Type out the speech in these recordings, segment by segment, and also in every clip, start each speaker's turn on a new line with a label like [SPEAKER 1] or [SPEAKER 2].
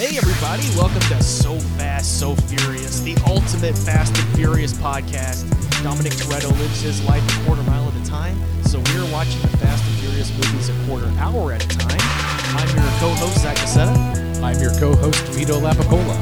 [SPEAKER 1] everybody. Welcome to So Fast, So Furious, the ultimate Fast and Furious podcast. Dominic Toretto lives his life a quarter mile at a time, so we're watching the Fast and Furious movies a quarter hour at a time. I'm your co-host, Zach Cassetta.
[SPEAKER 2] I'm your co-host Vito Lapicola,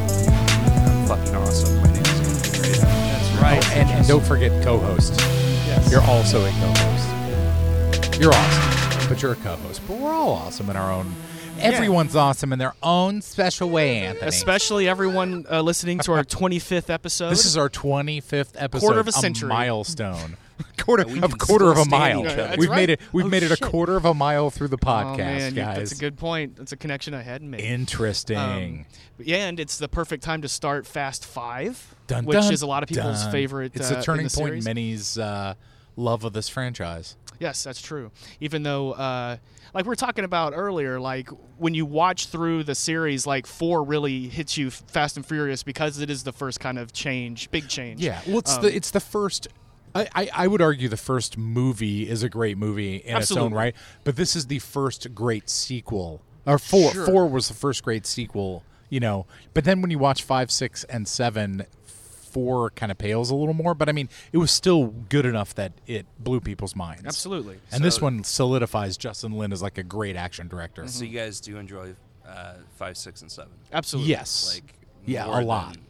[SPEAKER 3] I'm fucking awesome. My name is Andy Grado.
[SPEAKER 1] That's
[SPEAKER 2] and, Oh, and don't forget co-host.
[SPEAKER 1] yes.
[SPEAKER 2] You're also a co-host. You're awesome, but you're a co-host. But we're all awesome in our own. Everyone's awesome in their own special way, Anthony.
[SPEAKER 1] Especially everyone uh, listening to our 25th episode.
[SPEAKER 2] this is our 25th episode.
[SPEAKER 1] Quarter of a century.
[SPEAKER 2] milestone. quarter
[SPEAKER 3] we
[SPEAKER 2] of
[SPEAKER 3] can
[SPEAKER 2] quarter of
[SPEAKER 3] still
[SPEAKER 2] a
[SPEAKER 3] stand
[SPEAKER 2] mile.
[SPEAKER 3] each other. That's
[SPEAKER 2] We've
[SPEAKER 1] right.
[SPEAKER 2] made it. We've
[SPEAKER 1] Oh,
[SPEAKER 2] made it
[SPEAKER 1] shit.
[SPEAKER 2] a quarter of a mile through the podcast,
[SPEAKER 1] oh, man, you-
[SPEAKER 2] guys.
[SPEAKER 1] that's a good point. That's a connection I hadn't made.
[SPEAKER 2] Interesting.
[SPEAKER 1] Um, yeah, and it's the perfect time to start Fast Five,
[SPEAKER 2] Dun,
[SPEAKER 1] which
[SPEAKER 2] dun,
[SPEAKER 1] is a lot of people's
[SPEAKER 2] dun.
[SPEAKER 1] favorite.
[SPEAKER 2] It's
[SPEAKER 1] uh,
[SPEAKER 2] a
[SPEAKER 1] in
[SPEAKER 2] turning
[SPEAKER 1] the
[SPEAKER 2] point in
[SPEAKER 1] series.
[SPEAKER 2] many's uh, love of this franchise.
[SPEAKER 1] Yes, that's true. Even though, uh, like we were talking about earlier, like when you watch through the series, like four really hits you f- fast and furious because it is the first kind of change, big change. Um,
[SPEAKER 2] Yeah, well, it's the it's the first. I, I, I would argue the first movie is a great movie in its
[SPEAKER 1] Absolutely.
[SPEAKER 2] own right, but this is the first great sequel. Or four
[SPEAKER 1] Sure.
[SPEAKER 2] four was the first great sequel, you know. But then when you watch five, six, and seven, four kind of pales a little more. But I mean, it was still good enough that it blew people's minds.
[SPEAKER 1] Absolutely.
[SPEAKER 2] And this one solidifies Justin Lin as like a great action director.
[SPEAKER 1] Mm-hmm.
[SPEAKER 3] So you guys do enjoy uh, five, six, and seven.
[SPEAKER 1] Absolutely.
[SPEAKER 2] Yes.
[SPEAKER 3] Like
[SPEAKER 2] yeah,
[SPEAKER 3] more
[SPEAKER 2] a lot.
[SPEAKER 3] Than,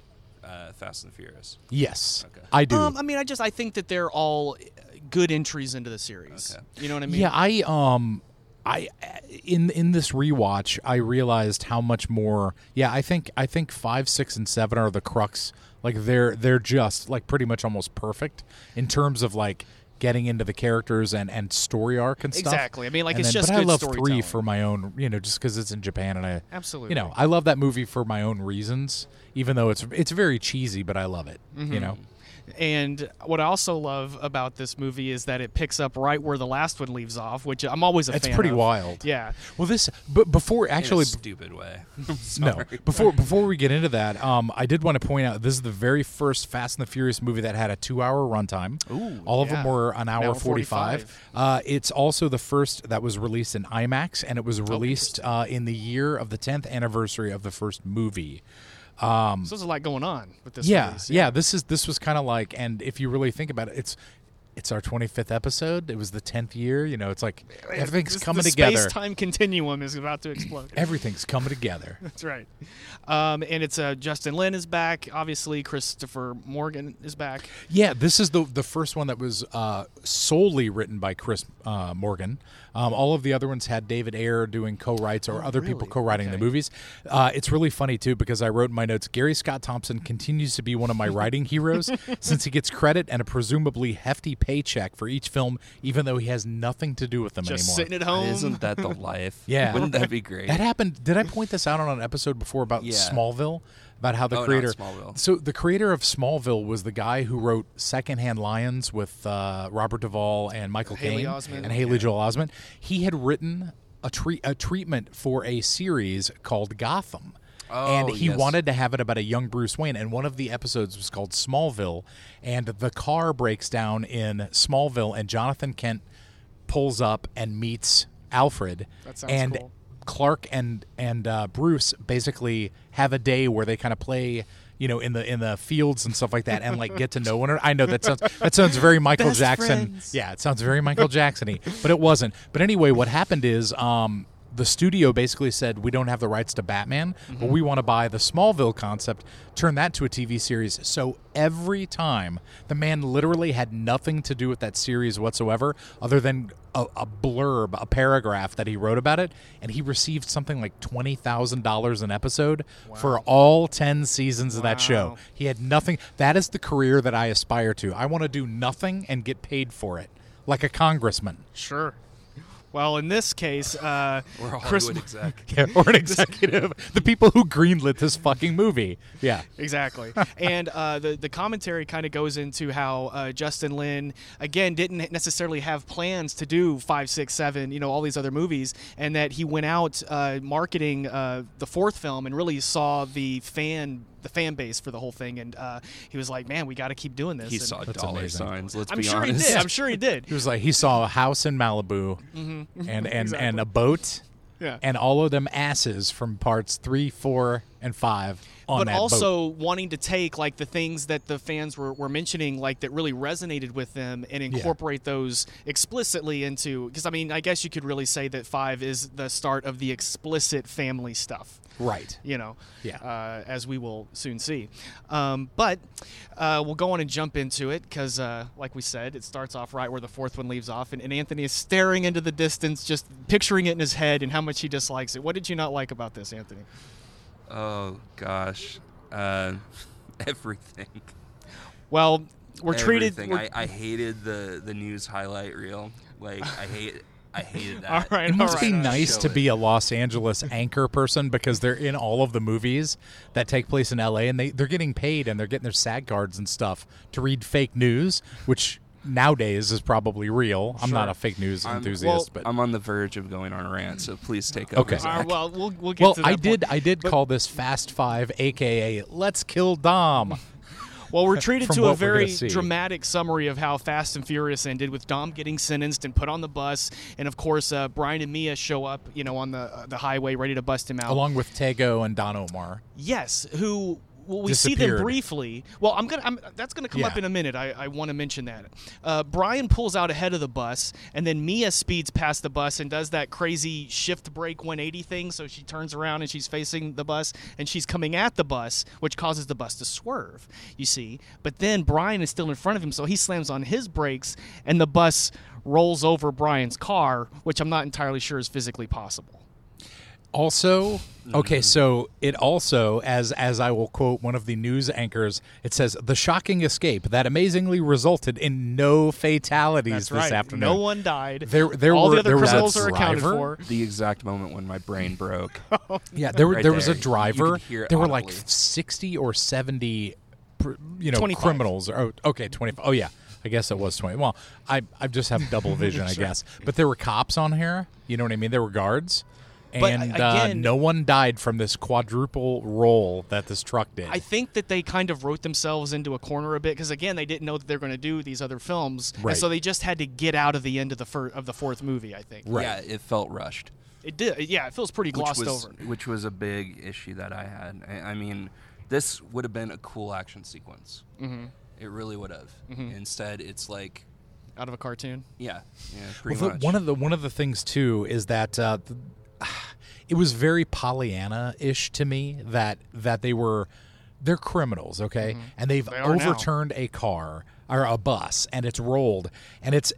[SPEAKER 3] uh, Fast and Furious.
[SPEAKER 2] yes,
[SPEAKER 3] Okay.
[SPEAKER 2] I do.
[SPEAKER 1] Um, I mean, I just I think that they're all uh, good entries into the series.
[SPEAKER 3] Okay.
[SPEAKER 1] You know what I mean?
[SPEAKER 2] Yeah, I um I in in this rewatch I realized how much more yeah, I think I think 5, 6 and 7 are the crux. Like they're they're just like pretty much almost perfect in terms of like getting into the characters and and story arc and stuff.
[SPEAKER 1] Exactly. I mean, like,
[SPEAKER 2] And
[SPEAKER 1] it's
[SPEAKER 2] then-
[SPEAKER 1] just
[SPEAKER 2] But
[SPEAKER 1] good
[SPEAKER 2] I love 3
[SPEAKER 1] storytelling.
[SPEAKER 2] for my own, you know, just cuz it's in Japan and I
[SPEAKER 1] Absolutely.
[SPEAKER 2] You know, I love that movie for my own reasons, even though it's it's very cheesy, but I love it,
[SPEAKER 1] Mm-hmm.
[SPEAKER 2] you know.
[SPEAKER 1] And what I also love about this movie is that it picks up right where the last one leaves off, which I'm always a
[SPEAKER 2] It's
[SPEAKER 1] fan
[SPEAKER 2] pretty
[SPEAKER 1] of.
[SPEAKER 2] wild.
[SPEAKER 1] Yeah.
[SPEAKER 2] Well, this but before
[SPEAKER 3] Actually,
[SPEAKER 2] actually
[SPEAKER 3] in a stupid way.
[SPEAKER 2] No. Before before we get into that, um, I did want to point out this is the very first Fast and the Furious movie that had a two-hour runtime.
[SPEAKER 1] Ooh,
[SPEAKER 2] All of them
[SPEAKER 1] yeah.
[SPEAKER 2] were an hour,
[SPEAKER 1] hour
[SPEAKER 2] 45.
[SPEAKER 1] 45.
[SPEAKER 2] Uh, it's also the first that was released in IMAX, and it was released uh, in the year of the 10th anniversary of the first movie.
[SPEAKER 1] So there's a lot going on with this
[SPEAKER 2] Um, Yeah,
[SPEAKER 1] release.
[SPEAKER 2] yeah. This is this was kind of like, and if you really think about it, it's it's our 25th episode. It was the 10th year. You know, it's like everything's
[SPEAKER 1] This-
[SPEAKER 2] coming
[SPEAKER 1] the
[SPEAKER 2] together.
[SPEAKER 1] Space-time continuum is about to explode.
[SPEAKER 2] Everything's coming together.
[SPEAKER 1] That's right. Um, and it's uh, Justin Lin is back. Obviously, Christopher Morgan is back.
[SPEAKER 2] Yeah, this is the the first one that was uh, solely written by Chris uh, Morgan. Um, all of the other ones had David Ayer doing co-writes or other
[SPEAKER 1] Oh,
[SPEAKER 2] people
[SPEAKER 1] really?
[SPEAKER 2] co-writing the movies. Uh, it's really funny too because I wrote in my notes Gary Scott Thompson continues to be one of my writing heroes since he gets credit and a presumably hefty paycheck for each film, even though he has nothing to do with them
[SPEAKER 1] Just
[SPEAKER 2] anymore.
[SPEAKER 1] sitting at home.
[SPEAKER 3] Isn't that the life?
[SPEAKER 2] Yeah.
[SPEAKER 3] Wouldn't that be great?
[SPEAKER 2] That happened. Did I point this out on an episode before about
[SPEAKER 3] Yeah.
[SPEAKER 2] Smallville? About how the
[SPEAKER 3] Oh, not
[SPEAKER 2] creator.
[SPEAKER 3] Smallville.
[SPEAKER 2] So the creator of Smallville was the guy who wrote Secondhand Lions with uh, Robert Duvall and Michael
[SPEAKER 1] Haley
[SPEAKER 2] Caine
[SPEAKER 1] Osment.
[SPEAKER 2] and Haley Joel Osment. He had written a treat a treatment for a series called Gotham.
[SPEAKER 3] Oh,
[SPEAKER 2] and he
[SPEAKER 3] yes.
[SPEAKER 2] wanted to have it about a young Bruce Wayne, and one of the episodes was called Smallville, and the car breaks down in Smallville, and Jonathan Kent pulls up and meets Alfred,
[SPEAKER 1] That sounds
[SPEAKER 2] and
[SPEAKER 1] cool.
[SPEAKER 2] Clark and and uh, Bruce basically have a day where they kind of play, you know, in the in the fields and stuff like that, and like get to know one another. I know that sounds that sounds very Michael
[SPEAKER 3] Best
[SPEAKER 2] Jackson.
[SPEAKER 3] friends.
[SPEAKER 2] Yeah, it sounds very Michael Jacksony, but it wasn't. But anyway, what happened is. Um, the studio basically said we don't have the rights to Batman, but we want to buy the Smallville concept, turn that to a TV series. So every time the man literally had nothing to do with that series whatsoever, other than a, a blurb, a paragraph that he wrote about it, and he received something like twenty thousand dollars an episode for all ten seasons of that
[SPEAKER 1] Wow.
[SPEAKER 2] show. He had nothing. That is the career that I aspire to. I want to do nothing and get paid for it, like a congressman
[SPEAKER 1] Sure. Well, in this case, uh,
[SPEAKER 3] We're a
[SPEAKER 1] Chris
[SPEAKER 3] Hollywood exec.
[SPEAKER 2] or an executive. the people who greenlit this fucking movie. Yeah.
[SPEAKER 1] Exactly. and uh, the the commentary kind of goes into how uh, Justin Lin again didn't necessarily have plans to do five, six, seven, you know, all these other movies, and that he went out uh, marketing uh, the fourth film and really saw the fan the fan base for the whole thing, and uh, he was like, "Man, we got to keep doing this."
[SPEAKER 3] He
[SPEAKER 1] And
[SPEAKER 3] saw
[SPEAKER 2] That's
[SPEAKER 3] dollar
[SPEAKER 2] amazing.
[SPEAKER 3] signs. Let's
[SPEAKER 1] I'm
[SPEAKER 3] be
[SPEAKER 1] sure
[SPEAKER 3] honest.
[SPEAKER 1] he did. I'm sure he did.
[SPEAKER 2] He was like he saw a house in Malibu and and and a boat
[SPEAKER 1] Mm-hmm. Yeah.
[SPEAKER 2] and all of them asses from parts three, four, and five on
[SPEAKER 1] but
[SPEAKER 2] that boat.
[SPEAKER 1] also wanting to take like the things that the fans were, were mentioning like that really resonated with them and incorporate those explicitly into because i mean i guess you could really say that five is the start of the explicit family stuff
[SPEAKER 2] right.
[SPEAKER 1] you know,
[SPEAKER 2] Yeah.
[SPEAKER 1] uh, as we will soon see. Um, but uh, we'll go on and jump into it because, uh, like we said, it starts off right where the fourth one leaves off, and, and Anthony is staring into the distance, just picturing it in his head and how much he dislikes it. What did you not like about this, Anthony?
[SPEAKER 3] Oh gosh, uh, everything.
[SPEAKER 1] Well, we're treated.
[SPEAKER 3] Everything.
[SPEAKER 1] we're-
[SPEAKER 3] I, I hated the the news highlight reel. Like I hate I hated that.
[SPEAKER 1] all right,
[SPEAKER 2] It must
[SPEAKER 1] all
[SPEAKER 2] be
[SPEAKER 1] right.
[SPEAKER 2] nice
[SPEAKER 3] Show
[SPEAKER 2] to
[SPEAKER 3] it.
[SPEAKER 2] be a Los Angeles anchor person because they're in all of the movies that take place in LA and they, they're getting paid and they're getting their SAG cards and stuff to read fake news, which nowadays is probably real. I'm not a fake news
[SPEAKER 3] I'm-
[SPEAKER 2] enthusiast, but
[SPEAKER 3] I'm on the verge of going on a rant, so please take over.
[SPEAKER 2] Okay.
[SPEAKER 1] All
[SPEAKER 3] Zach.
[SPEAKER 1] right, well, we'll we'll get
[SPEAKER 2] well,
[SPEAKER 1] to that
[SPEAKER 2] I
[SPEAKER 1] point.
[SPEAKER 2] did uh, I did call this Fast Five, aka Let's Kill Dom.
[SPEAKER 1] Well, we're treated
[SPEAKER 2] from
[SPEAKER 1] to
[SPEAKER 2] what
[SPEAKER 1] a
[SPEAKER 2] we're
[SPEAKER 1] very
[SPEAKER 2] gonna see.
[SPEAKER 1] dramatic summary of how Fast and Furious ended, with Dom getting sentenced and put on the bus, and of course, uh, Brian and Mia show up, you know, on the uh, the highway, ready to bust him out.
[SPEAKER 2] along with Tego and Don Omar.
[SPEAKER 1] Yes, who well, we see them
[SPEAKER 2] Disappeared.
[SPEAKER 1] briefly. Well, I'm gonna I'm, that's gonna come up
[SPEAKER 2] Yeah.
[SPEAKER 1] in a minute. I, I want to mention that. Uh, Brian pulls out ahead of the bus, and then Mia speeds past the bus and does that crazy shift brake 180 thing. So she turns around and she's facing the bus, and she's coming at the bus, which causes the bus to swerve. You see, but then Brian is still in front of him, so he slams on his brakes, and the bus rolls over Brian's car, which I'm not entirely sure is physically possible.
[SPEAKER 2] Also,
[SPEAKER 1] Mm-hmm.
[SPEAKER 2] okay, so it also as as I will quote one of the news anchors, it says the shocking escape that amazingly resulted in no fatalities
[SPEAKER 1] That's
[SPEAKER 2] this
[SPEAKER 1] right.
[SPEAKER 2] afternoon.
[SPEAKER 1] No one died.
[SPEAKER 2] There- there
[SPEAKER 1] All
[SPEAKER 2] were-
[SPEAKER 1] the other
[SPEAKER 2] there was a
[SPEAKER 1] criminals are accounted
[SPEAKER 2] driver?
[SPEAKER 1] for.
[SPEAKER 3] The exact moment when my brain broke.
[SPEAKER 2] yeah, there were
[SPEAKER 3] Right
[SPEAKER 2] there was
[SPEAKER 3] there.
[SPEAKER 2] a
[SPEAKER 3] You- you
[SPEAKER 2] driver.
[SPEAKER 3] could hear it
[SPEAKER 2] there were like
[SPEAKER 3] audibly.
[SPEAKER 2] 60 or 70 pr- you know
[SPEAKER 1] 25.
[SPEAKER 2] criminals or oh, okay, 25. Oh yeah. I guess it was 20. Well, I I just have double vision, I guess. But there were cops on here, you know what I mean? There were guards.
[SPEAKER 1] But,
[SPEAKER 2] And
[SPEAKER 1] uh,
[SPEAKER 2] uh,
[SPEAKER 1] again-
[SPEAKER 2] no one died from this quadruple roll that this truck did.
[SPEAKER 1] I think that they kind of wrote themselves into a corner a bit because again they didn't know that they're going to do these other films,
[SPEAKER 2] Right.
[SPEAKER 1] and so they just had to get out of the end of the fir- of the fourth movie. I think
[SPEAKER 2] Right.
[SPEAKER 3] Yeah, it felt rushed.
[SPEAKER 1] it did. Yeah, it feels pretty glossed
[SPEAKER 3] which was,
[SPEAKER 1] over.
[SPEAKER 3] Which was a big issue that I had. I, I mean, this would have been a cool action sequence. Mm-hmm. It really would have.
[SPEAKER 1] Mm-hmm.
[SPEAKER 3] Instead, it's like,
[SPEAKER 1] Out of a cartoon.
[SPEAKER 3] yeah, yeah, pretty
[SPEAKER 2] Well, the-
[SPEAKER 3] much.
[SPEAKER 2] One of the one of the things too is that uh, th- it was very Pollyanna-ish to me that that they were they're criminals, okay, and they've
[SPEAKER 1] Mm-hmm. are now.
[SPEAKER 2] overturned a car or a bus and it's rolled and it's.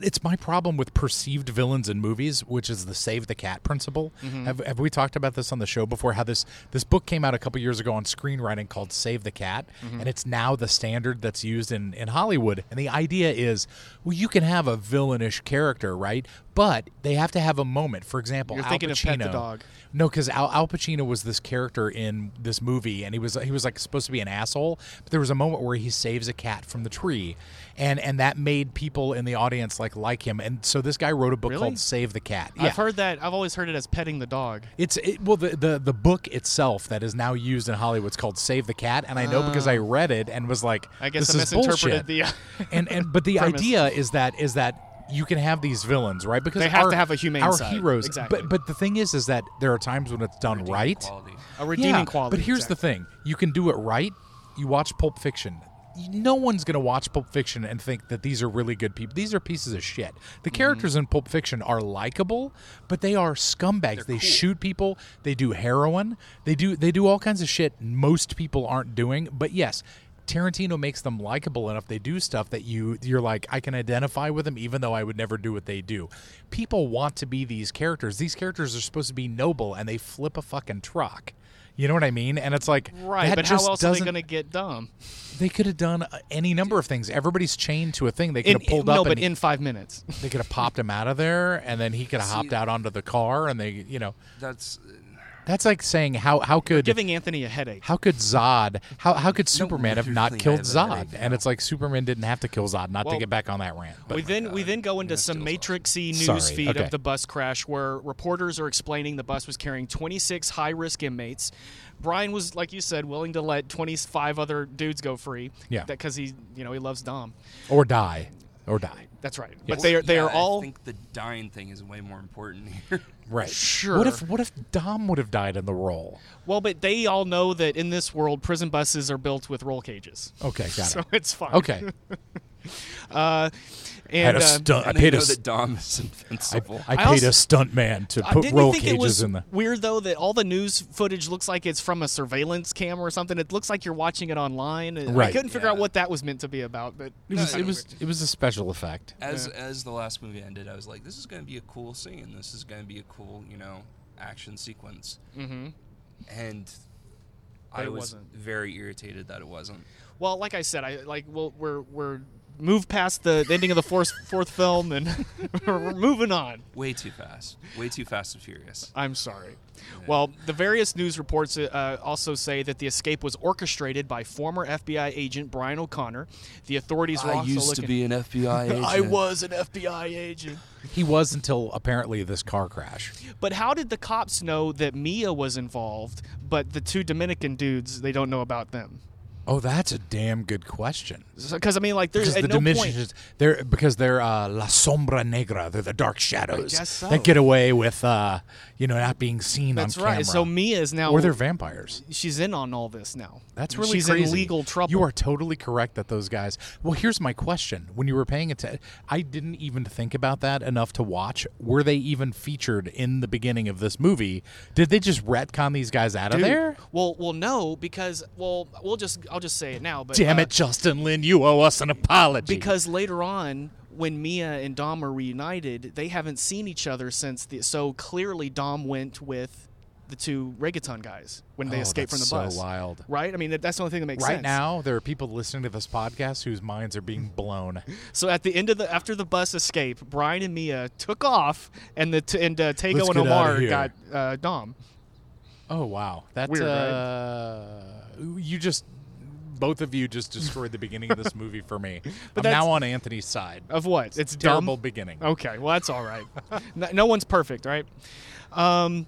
[SPEAKER 2] It's my problem with perceived villains in movies, which is the save the cat principle.
[SPEAKER 1] Mm-hmm.
[SPEAKER 2] Have, have we talked about this on the show before? How this this book came out a couple years ago on screenwriting called Save the Cat,
[SPEAKER 1] Mm-hmm.
[SPEAKER 2] and it's now the standard that's used in, in Hollywood. And the idea is, well, you can have a villainish character, right? But they have to have a moment. For example,
[SPEAKER 1] You're
[SPEAKER 2] Al
[SPEAKER 1] thinking of
[SPEAKER 2] Pacino.
[SPEAKER 1] Pet the Dog.
[SPEAKER 2] No, because Al, Al Pacino was this character in this movie, and he was he was like supposed to be an asshole. But there was a moment where he saves a cat from the tree, and and that made people in the audience like like him. And so this guy wrote a book
[SPEAKER 1] Really?
[SPEAKER 2] called Save the Cat.
[SPEAKER 1] I've heard that. I've always heard it as petting the dog.
[SPEAKER 2] It's it, well the, the the book itself that is now used in Hollywood is called Save the Cat, and I know because I read it and was like,
[SPEAKER 1] Ah. I guess
[SPEAKER 2] this
[SPEAKER 1] I
[SPEAKER 2] is
[SPEAKER 1] misinterpreted
[SPEAKER 2] bullshit.
[SPEAKER 1] the- uh,
[SPEAKER 2] and and but the
[SPEAKER 1] premise.
[SPEAKER 2] idea is that is that you can have these villains right because
[SPEAKER 1] They have
[SPEAKER 2] our-
[SPEAKER 1] to have a humane
[SPEAKER 2] our
[SPEAKER 1] side.
[SPEAKER 2] heroes
[SPEAKER 1] Exactly.
[SPEAKER 2] but but the thing is is that there are times when it's done right
[SPEAKER 3] Quality.
[SPEAKER 1] A redeeming
[SPEAKER 2] yeah,
[SPEAKER 1] quality.
[SPEAKER 2] But here's
[SPEAKER 1] exactly.
[SPEAKER 2] the thing: you can do it right. You watch Pulp Fiction. No one's going to watch Pulp Fiction and think that these are really good people. These are pieces of shit.
[SPEAKER 1] Mm-hmm.
[SPEAKER 2] The characters in Pulp Fiction are likable, but they are scumbags. they shoot people. They do heroin. They do they do all kinds of shit most people aren't doing. But yes, Tarantino makes them likable enough. They do stuff that you you're like I can identify with them, even though I would never do what they do. People want to be these characters. These characters are supposed to be noble, and they flip a fucking truck. You know what I mean? And it's like
[SPEAKER 1] Right,
[SPEAKER 2] that
[SPEAKER 1] but how
[SPEAKER 2] just
[SPEAKER 1] else are they
[SPEAKER 2] doesn't.
[SPEAKER 1] going to get dumb?
[SPEAKER 2] they could have done uh, any number of things. Everybody's chained to a thing. They could
[SPEAKER 1] In,
[SPEAKER 2] have pulled
[SPEAKER 1] no,
[SPEAKER 2] up
[SPEAKER 1] but
[SPEAKER 2] and
[SPEAKER 1] in five minutes.
[SPEAKER 2] they could have popped him out of there, and then he could have hopped out onto the car, and they, you know,
[SPEAKER 3] That's
[SPEAKER 2] that's like saying how how could
[SPEAKER 1] Giving Anthony a headache.
[SPEAKER 2] how could Zod how how could Superman have
[SPEAKER 3] you're
[SPEAKER 2] not
[SPEAKER 3] clean. I
[SPEAKER 2] killed
[SPEAKER 3] have a
[SPEAKER 2] Zod?
[SPEAKER 3] headache
[SPEAKER 2] And it's like Superman didn't have to kill Zod. Not to
[SPEAKER 1] Well,
[SPEAKER 2] get back on that rant, but
[SPEAKER 1] we then we then go into some matrixy news
[SPEAKER 2] Sorry,
[SPEAKER 1] feed
[SPEAKER 2] okay.
[SPEAKER 1] of the bus crash where reporters are explaining the bus was carrying 26 high risk inmates. Brian was, like you said, willing to let 25 other dudes go free.
[SPEAKER 2] Yeah.
[SPEAKER 1] because he you know he loves Dom.
[SPEAKER 2] or die. or die.
[SPEAKER 1] That's right.
[SPEAKER 2] Yes.
[SPEAKER 1] But they are they
[SPEAKER 3] Yeah,
[SPEAKER 1] are all
[SPEAKER 3] I think the dying thing is way more important here.
[SPEAKER 2] Right.
[SPEAKER 1] Sure.
[SPEAKER 2] What if what if Dom would have died in the role?
[SPEAKER 1] well, but they all know that in this world, prison buses are built with roll cages,
[SPEAKER 2] Okay, got
[SPEAKER 1] so
[SPEAKER 2] it.
[SPEAKER 1] it's fine.
[SPEAKER 2] Okay.
[SPEAKER 1] Uh,
[SPEAKER 2] Had
[SPEAKER 1] and
[SPEAKER 2] a
[SPEAKER 1] uh,
[SPEAKER 2] stunt. I
[SPEAKER 3] And they
[SPEAKER 2] paid a
[SPEAKER 3] know
[SPEAKER 2] st-
[SPEAKER 3] that Dom is
[SPEAKER 2] I,
[SPEAKER 3] invincible.
[SPEAKER 2] I
[SPEAKER 1] I
[SPEAKER 2] paid
[SPEAKER 1] also-
[SPEAKER 2] a stunt man to
[SPEAKER 1] I
[SPEAKER 2] put
[SPEAKER 1] didn't
[SPEAKER 2] roll
[SPEAKER 1] think it was
[SPEAKER 2] cages in the.
[SPEAKER 1] weird though that all the news footage looks like it's from a surveillance camera or something. It looks like you're watching it online. I
[SPEAKER 2] Right.
[SPEAKER 1] couldn't figure
[SPEAKER 3] Yeah.
[SPEAKER 1] out what that was meant to be about, but uh,
[SPEAKER 2] It was it was it was a special effect.
[SPEAKER 3] as as the last movie ended, I was like, this is going to be a cool scene. This is going to be a cool, you know, action sequence. Mm-hmm. And I
[SPEAKER 1] it
[SPEAKER 3] was
[SPEAKER 1] wasn't.
[SPEAKER 3] very irritated that it wasn't.
[SPEAKER 1] Well, like I said, I like well, we're we're moved past the ending of the fourth fourth film, and we're moving on.
[SPEAKER 3] Way too fast. Way too fast and furious.
[SPEAKER 1] I'm sorry. Well, the various news reports uh, also say that the escape was orchestrated by former FBI agent Brian O'Connor. The authorities were also looking.
[SPEAKER 3] an FBI agent.
[SPEAKER 1] I was an FBI agent.
[SPEAKER 2] He was until apparently this car crash.
[SPEAKER 1] But how did the cops know that Mia was involved, but the two Dominican dudes, they don't know about them?
[SPEAKER 2] Oh, that's a damn good question.
[SPEAKER 1] Because I mean, like, there's
[SPEAKER 2] Because
[SPEAKER 1] at
[SPEAKER 2] the
[SPEAKER 1] no point.
[SPEAKER 2] Dominicans, they're because they're uh, la sombra negra. They're the dark shadows
[SPEAKER 1] guess so.
[SPEAKER 2] that get away with, uh, you know, not being seen
[SPEAKER 1] That's
[SPEAKER 2] on
[SPEAKER 1] right.
[SPEAKER 2] camera.
[SPEAKER 1] So Mia is now
[SPEAKER 2] or they're vampires.
[SPEAKER 1] she's in on all this now.
[SPEAKER 2] That's really
[SPEAKER 1] she's
[SPEAKER 2] crazy.
[SPEAKER 1] in legal trouble.
[SPEAKER 2] You are totally correct that those guys. Well, here's my question: When you were paying attention, I didn't even think about that enough to watch. Were they even featured in the beginning of this movie? Did they just retcon these guys out of
[SPEAKER 1] Dude, uh,
[SPEAKER 2] there?
[SPEAKER 1] Well, well, no, because well, we'll just I'll just say it now. But
[SPEAKER 2] Damn
[SPEAKER 1] uh,
[SPEAKER 2] it, Justin Lin, you owe us an apology.
[SPEAKER 1] because later on, when Mia and Dom are reunited, they haven't seen each other since the. So clearly, Dom went with the two reggaeton guys when they
[SPEAKER 2] Oh,
[SPEAKER 1] escaped from the
[SPEAKER 2] that's so
[SPEAKER 1] bus.
[SPEAKER 2] wild.
[SPEAKER 1] right? I mean, that- that's the only thing that makes
[SPEAKER 2] right
[SPEAKER 1] sense.
[SPEAKER 2] now there are people listening to this podcast whose minds are being blown.
[SPEAKER 1] So at the end of the after the bus escape, Brian and Mia took off, and the t- and uh, Tego
[SPEAKER 2] Let's
[SPEAKER 1] and
[SPEAKER 2] get outta
[SPEAKER 1] Omar
[SPEAKER 2] here.
[SPEAKER 1] got uh, Dom.
[SPEAKER 2] Oh wow, that's
[SPEAKER 1] Weird, right?
[SPEAKER 2] uh, you just both of you just destroyed the beginning of this movie for me.
[SPEAKER 1] But
[SPEAKER 2] I'm
[SPEAKER 1] that's-
[SPEAKER 2] now on Anthony's side.
[SPEAKER 1] Of what? It's
[SPEAKER 2] Terrible
[SPEAKER 1] dumb. Oh,
[SPEAKER 2] beginning.
[SPEAKER 1] Okay, well that's all right. no, no one's perfect, right? Um,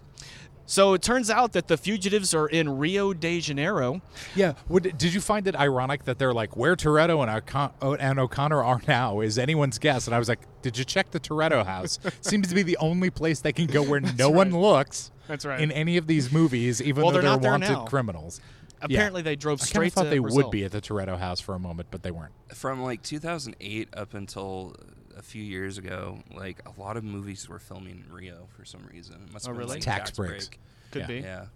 [SPEAKER 1] so it turns out that the fugitives are in Rio de Janeiro.
[SPEAKER 2] Yeah. Would, did you find it ironic that they're like where Toretto and, Ocon- O- and O'Connor are now is anyone's guess? And I was like, did you check the Toretto house? Seems to be the only place they can go where no one looks.
[SPEAKER 1] That's right.
[SPEAKER 2] In any of these movies, even
[SPEAKER 1] Well,
[SPEAKER 2] though
[SPEAKER 1] they're
[SPEAKER 2] they're,
[SPEAKER 1] not there
[SPEAKER 2] wanted
[SPEAKER 1] now.
[SPEAKER 2] criminals. Yeah.
[SPEAKER 1] Apparently, they drove
[SPEAKER 2] I kinda
[SPEAKER 1] straight.
[SPEAKER 2] thought
[SPEAKER 1] to
[SPEAKER 2] they
[SPEAKER 1] Brazil.
[SPEAKER 2] would be at the Toretto house for a moment, but they weren't.
[SPEAKER 3] From like 2008 up until a few years ago, like a lot of movies were filming in Rio for some reason. It must have
[SPEAKER 1] Oh,
[SPEAKER 3] been,
[SPEAKER 1] really?
[SPEAKER 3] like,
[SPEAKER 2] Tax breaks.
[SPEAKER 3] break.
[SPEAKER 1] Could
[SPEAKER 2] Yeah.
[SPEAKER 1] be.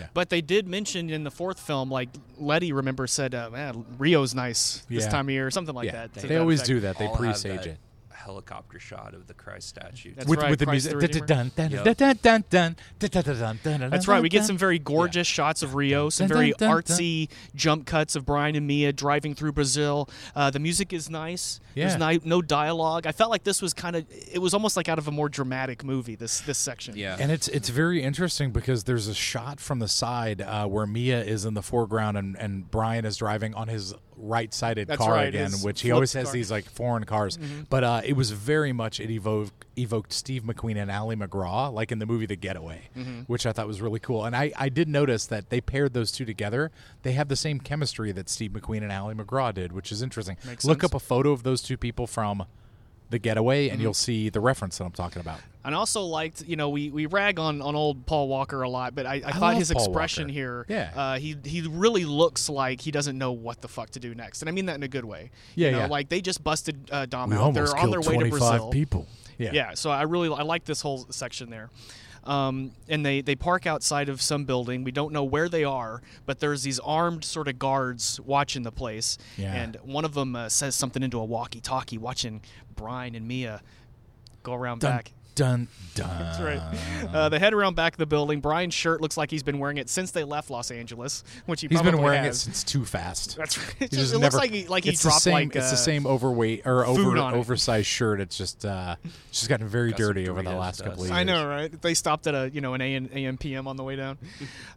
[SPEAKER 3] Yeah.
[SPEAKER 1] But they did mention in the fourth film, like Letty, remember, said, uh, man, Rio's nice this
[SPEAKER 2] Yeah.
[SPEAKER 1] time of year, or something like that.
[SPEAKER 2] They always do that. They
[SPEAKER 3] All have
[SPEAKER 2] presage
[SPEAKER 3] that
[SPEAKER 2] it.
[SPEAKER 3] Helicopter shot of the Christ statue.
[SPEAKER 1] That's
[SPEAKER 2] with,
[SPEAKER 1] right,
[SPEAKER 2] with the
[SPEAKER 1] Christ
[SPEAKER 2] music.
[SPEAKER 1] the Redeemer.
[SPEAKER 2] Dun, dun,
[SPEAKER 3] Yep.
[SPEAKER 2] dun, dun, dun, dun, dun, dun, dun, dun, dun, dun,
[SPEAKER 1] That's right. We get
[SPEAKER 2] dun.
[SPEAKER 1] some very gorgeous shots of Rio, some
[SPEAKER 2] Dun,
[SPEAKER 1] very
[SPEAKER 2] dun, dun, dun.
[SPEAKER 1] artsy jump cuts of Brian and Mia driving through Brazil. Uh, the music is nice. There's
[SPEAKER 2] Yeah.
[SPEAKER 1] ni- no dialogue. I felt like this was kind of. It was almost like out of a more dramatic movie. This this section.
[SPEAKER 3] yeah.
[SPEAKER 2] And it's it's very interesting because there's a shot from the side uh, where Mia is in the foreground and, and Brian is driving on his right-sided
[SPEAKER 1] That's
[SPEAKER 2] car
[SPEAKER 1] right,
[SPEAKER 2] again,
[SPEAKER 1] his
[SPEAKER 2] which he
[SPEAKER 1] flipped
[SPEAKER 2] always has
[SPEAKER 1] car. Mm-hmm.
[SPEAKER 2] these like foreign cars. But uh, it was very much it evoked evoked Steve McQueen and Ally McGraw, like in the movie The Getaway,
[SPEAKER 1] Mm-hmm.
[SPEAKER 2] which I thought was really cool. And I I did notice that they paired those two together. They have the same chemistry that Steve McQueen and Ally McGraw did, which is interesting.
[SPEAKER 1] Makes
[SPEAKER 2] Look
[SPEAKER 1] sense. Mm-hmm.
[SPEAKER 2] up a photo of those two people from. The getaway, and you'll see the reference that I'm talking about.
[SPEAKER 1] And I also liked, you know, we, we rag on, on old Paul Walker a lot, but I, I, thought
[SPEAKER 2] love
[SPEAKER 1] his
[SPEAKER 2] Paul
[SPEAKER 1] expression
[SPEAKER 2] Walker.
[SPEAKER 1] here,
[SPEAKER 2] Yeah.
[SPEAKER 1] uh, he he really looks like he doesn't know what the fuck to do next, and I mean that in a good way.
[SPEAKER 2] Yeah,
[SPEAKER 1] you know,
[SPEAKER 2] yeah.
[SPEAKER 1] Like they just busted uh, Dom out; they're on their way to Brazil.
[SPEAKER 2] people. Yeah.
[SPEAKER 1] Yeah. So I really I like this whole section there. Um, and they, they park outside of some building. We don't know where they are, but there's these armed sort of guards watching the place.
[SPEAKER 2] Yeah.
[SPEAKER 1] And one of them uh, says something into a walkie-talkie, watching Brian and Mia go around
[SPEAKER 2] Dun,
[SPEAKER 1] back.
[SPEAKER 2] dun, dun. That's Uh-huh.
[SPEAKER 1] That's right. Uh, they head around back the building. Brian's shirt looks like he's been wearing it since they left Los Angeles, which he
[SPEAKER 2] He's
[SPEAKER 1] probably
[SPEAKER 2] been wearing
[SPEAKER 1] has.
[SPEAKER 2] it since too fast.
[SPEAKER 1] That's right. It,
[SPEAKER 2] He
[SPEAKER 1] just,
[SPEAKER 2] just
[SPEAKER 1] it looks
[SPEAKER 2] never-
[SPEAKER 1] like he, like he
[SPEAKER 2] it's
[SPEAKER 1] dropped
[SPEAKER 2] the same,
[SPEAKER 1] like
[SPEAKER 2] it's
[SPEAKER 1] uh,
[SPEAKER 2] the same overweight or over
[SPEAKER 1] food on it.
[SPEAKER 2] oversized shirt. It's just uh, it's just gotten very
[SPEAKER 3] Got some
[SPEAKER 2] dirty over the
[SPEAKER 3] Doritos
[SPEAKER 2] last
[SPEAKER 3] dust.
[SPEAKER 2] couple of years.
[SPEAKER 1] I know, right? They stopped at a you know an AM, AM PM on the way down.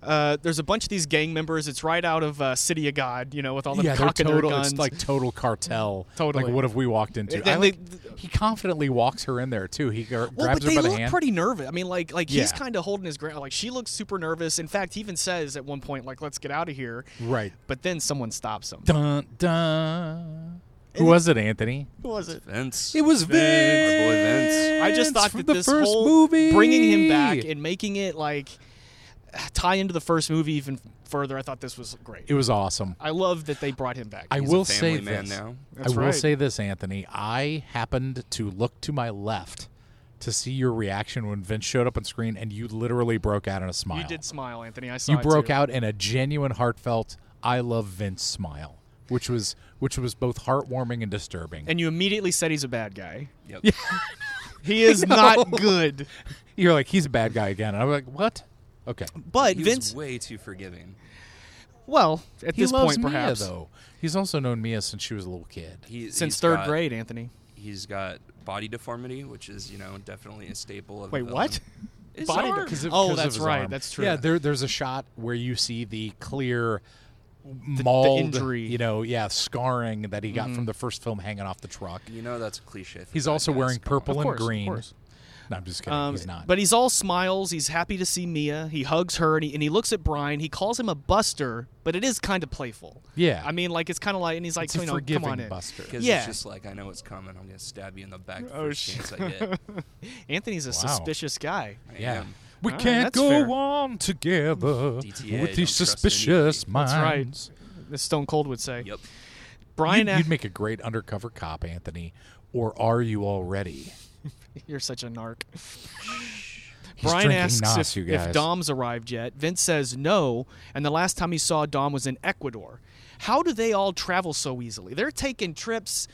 [SPEAKER 1] Uh, there's a bunch of these gang members. It's right out of uh, City of God, you know, with all the
[SPEAKER 2] Yeah, they're
[SPEAKER 1] cock and their
[SPEAKER 2] total.
[SPEAKER 1] guns.
[SPEAKER 2] It's like total cartel.
[SPEAKER 1] Totally.
[SPEAKER 2] Like what have we walked into?
[SPEAKER 1] And
[SPEAKER 2] I like,
[SPEAKER 1] they-
[SPEAKER 2] he confidently walks her in there too. He gar-
[SPEAKER 1] well,
[SPEAKER 2] grabs
[SPEAKER 1] but they
[SPEAKER 2] her by the
[SPEAKER 1] look
[SPEAKER 2] hand.
[SPEAKER 1] pretty nervous. I mean, like like he's
[SPEAKER 2] Yeah.
[SPEAKER 1] kind of holding his ground. Like she looks super nervous. In fact, he even says at one point like, "Let's get out of here."
[SPEAKER 2] right.
[SPEAKER 1] But then someone stops him.
[SPEAKER 2] Dun dun. Who was it, Anthony?
[SPEAKER 1] Who was it?
[SPEAKER 3] Vince.
[SPEAKER 2] It was Vince.
[SPEAKER 3] Our boy Vince.
[SPEAKER 1] I just
[SPEAKER 2] Vince
[SPEAKER 1] thought
[SPEAKER 2] from
[SPEAKER 1] that
[SPEAKER 2] the
[SPEAKER 1] this
[SPEAKER 2] first
[SPEAKER 1] whole
[SPEAKER 2] movie.
[SPEAKER 1] bringing him back and making it like tie into the first movie even further. I thought this was great.
[SPEAKER 2] It was awesome.
[SPEAKER 1] I love that they brought him back.
[SPEAKER 2] I
[SPEAKER 1] He's-
[SPEAKER 2] will
[SPEAKER 3] family
[SPEAKER 2] say
[SPEAKER 3] man
[SPEAKER 2] this.
[SPEAKER 3] now.
[SPEAKER 1] That's
[SPEAKER 2] I will
[SPEAKER 1] right.
[SPEAKER 2] say this, Anthony. I happened to look to my left to see your reaction when Vince showed up on screen, and you literally broke out in a smile.
[SPEAKER 1] You did smile, Anthony. I saw
[SPEAKER 2] You
[SPEAKER 1] it
[SPEAKER 2] broke
[SPEAKER 1] too.
[SPEAKER 2] out in a genuine, heartfelt "I love Vince" smile, which was which was both heartwarming and disturbing.
[SPEAKER 1] and you immediately said he's a bad guy.
[SPEAKER 3] Yep.
[SPEAKER 1] He is not good.
[SPEAKER 2] You're like, he's a bad guy again. And I'm like, what? Okay.
[SPEAKER 1] But
[SPEAKER 3] He
[SPEAKER 1] Vince,
[SPEAKER 3] was way too forgiving.
[SPEAKER 1] well, at
[SPEAKER 2] He
[SPEAKER 1] this
[SPEAKER 2] loves
[SPEAKER 1] point,
[SPEAKER 2] Mia,
[SPEAKER 1] perhaps
[SPEAKER 2] though. He's also known Mia since she was a little kid.
[SPEAKER 3] He,
[SPEAKER 1] since
[SPEAKER 3] he's
[SPEAKER 1] third
[SPEAKER 3] got-
[SPEAKER 1] grade, Anthony.
[SPEAKER 3] he's got body deformity, which is you know definitely a staple of. a
[SPEAKER 1] Wait,
[SPEAKER 3] villain.
[SPEAKER 1] what?
[SPEAKER 3] His
[SPEAKER 1] Body
[SPEAKER 3] arm.
[SPEAKER 1] deformity.
[SPEAKER 2] Because of-
[SPEAKER 1] Oh,
[SPEAKER 2] because of
[SPEAKER 1] that's
[SPEAKER 2] his
[SPEAKER 1] right.
[SPEAKER 2] arm.
[SPEAKER 1] That's true.
[SPEAKER 2] Yeah, there, there's a shot where you see the clear mauled
[SPEAKER 1] injury. Mm-hmm.
[SPEAKER 2] you know, yeah, scarring that he got from the first film hanging off the truck.
[SPEAKER 3] You know that's a cliche. for
[SPEAKER 2] He's
[SPEAKER 3] bad
[SPEAKER 2] also
[SPEAKER 3] guys.
[SPEAKER 2] wearing
[SPEAKER 3] Come on.
[SPEAKER 2] purple
[SPEAKER 1] Of
[SPEAKER 2] and
[SPEAKER 1] course, of
[SPEAKER 2] green.
[SPEAKER 1] course.
[SPEAKER 2] No, I'm just kidding.
[SPEAKER 1] Um,
[SPEAKER 2] he's not.
[SPEAKER 1] But he's all smiles. He's happy to see Mia. He hugs her and he, and he looks at Brian. He calls him a buster, but it is kind of playful.
[SPEAKER 2] Yeah.
[SPEAKER 1] I mean, like, it's kind of like, and he's like,
[SPEAKER 2] it's a
[SPEAKER 1] you know,
[SPEAKER 2] forgiving
[SPEAKER 1] come on in.
[SPEAKER 2] buster.
[SPEAKER 3] Because
[SPEAKER 1] Yeah.
[SPEAKER 3] it's just like I know it's coming. I'm gonna stab you in the back the
[SPEAKER 1] Oh,
[SPEAKER 3] first
[SPEAKER 1] sh-
[SPEAKER 3] chance I get.
[SPEAKER 1] Anthony's a suspicious guy.
[SPEAKER 3] I
[SPEAKER 2] Yeah.
[SPEAKER 3] am.
[SPEAKER 2] We
[SPEAKER 1] All right,
[SPEAKER 2] can't
[SPEAKER 1] that's
[SPEAKER 2] go
[SPEAKER 1] fair.
[SPEAKER 2] on together
[SPEAKER 3] DTA,
[SPEAKER 2] with
[SPEAKER 3] don't
[SPEAKER 2] these
[SPEAKER 3] trust
[SPEAKER 2] suspicious minds.
[SPEAKER 3] anybody.
[SPEAKER 1] That's right. uh, As Stone Cold would say.
[SPEAKER 3] Yep.
[SPEAKER 1] Brian,
[SPEAKER 2] You'd,
[SPEAKER 1] a-
[SPEAKER 2] you'd make a great undercover cop, Anthony. Or are you already?
[SPEAKER 1] you're such a narc.
[SPEAKER 2] He's
[SPEAKER 1] Brian
[SPEAKER 2] drinking
[SPEAKER 1] asks
[SPEAKER 2] Nas,
[SPEAKER 1] if,
[SPEAKER 2] you
[SPEAKER 1] if
[SPEAKER 2] guys.
[SPEAKER 1] Dom's arrived yet. Vince says no, and the last time he saw Dom was in Ecuador. How do they all travel so easily? They're taking trips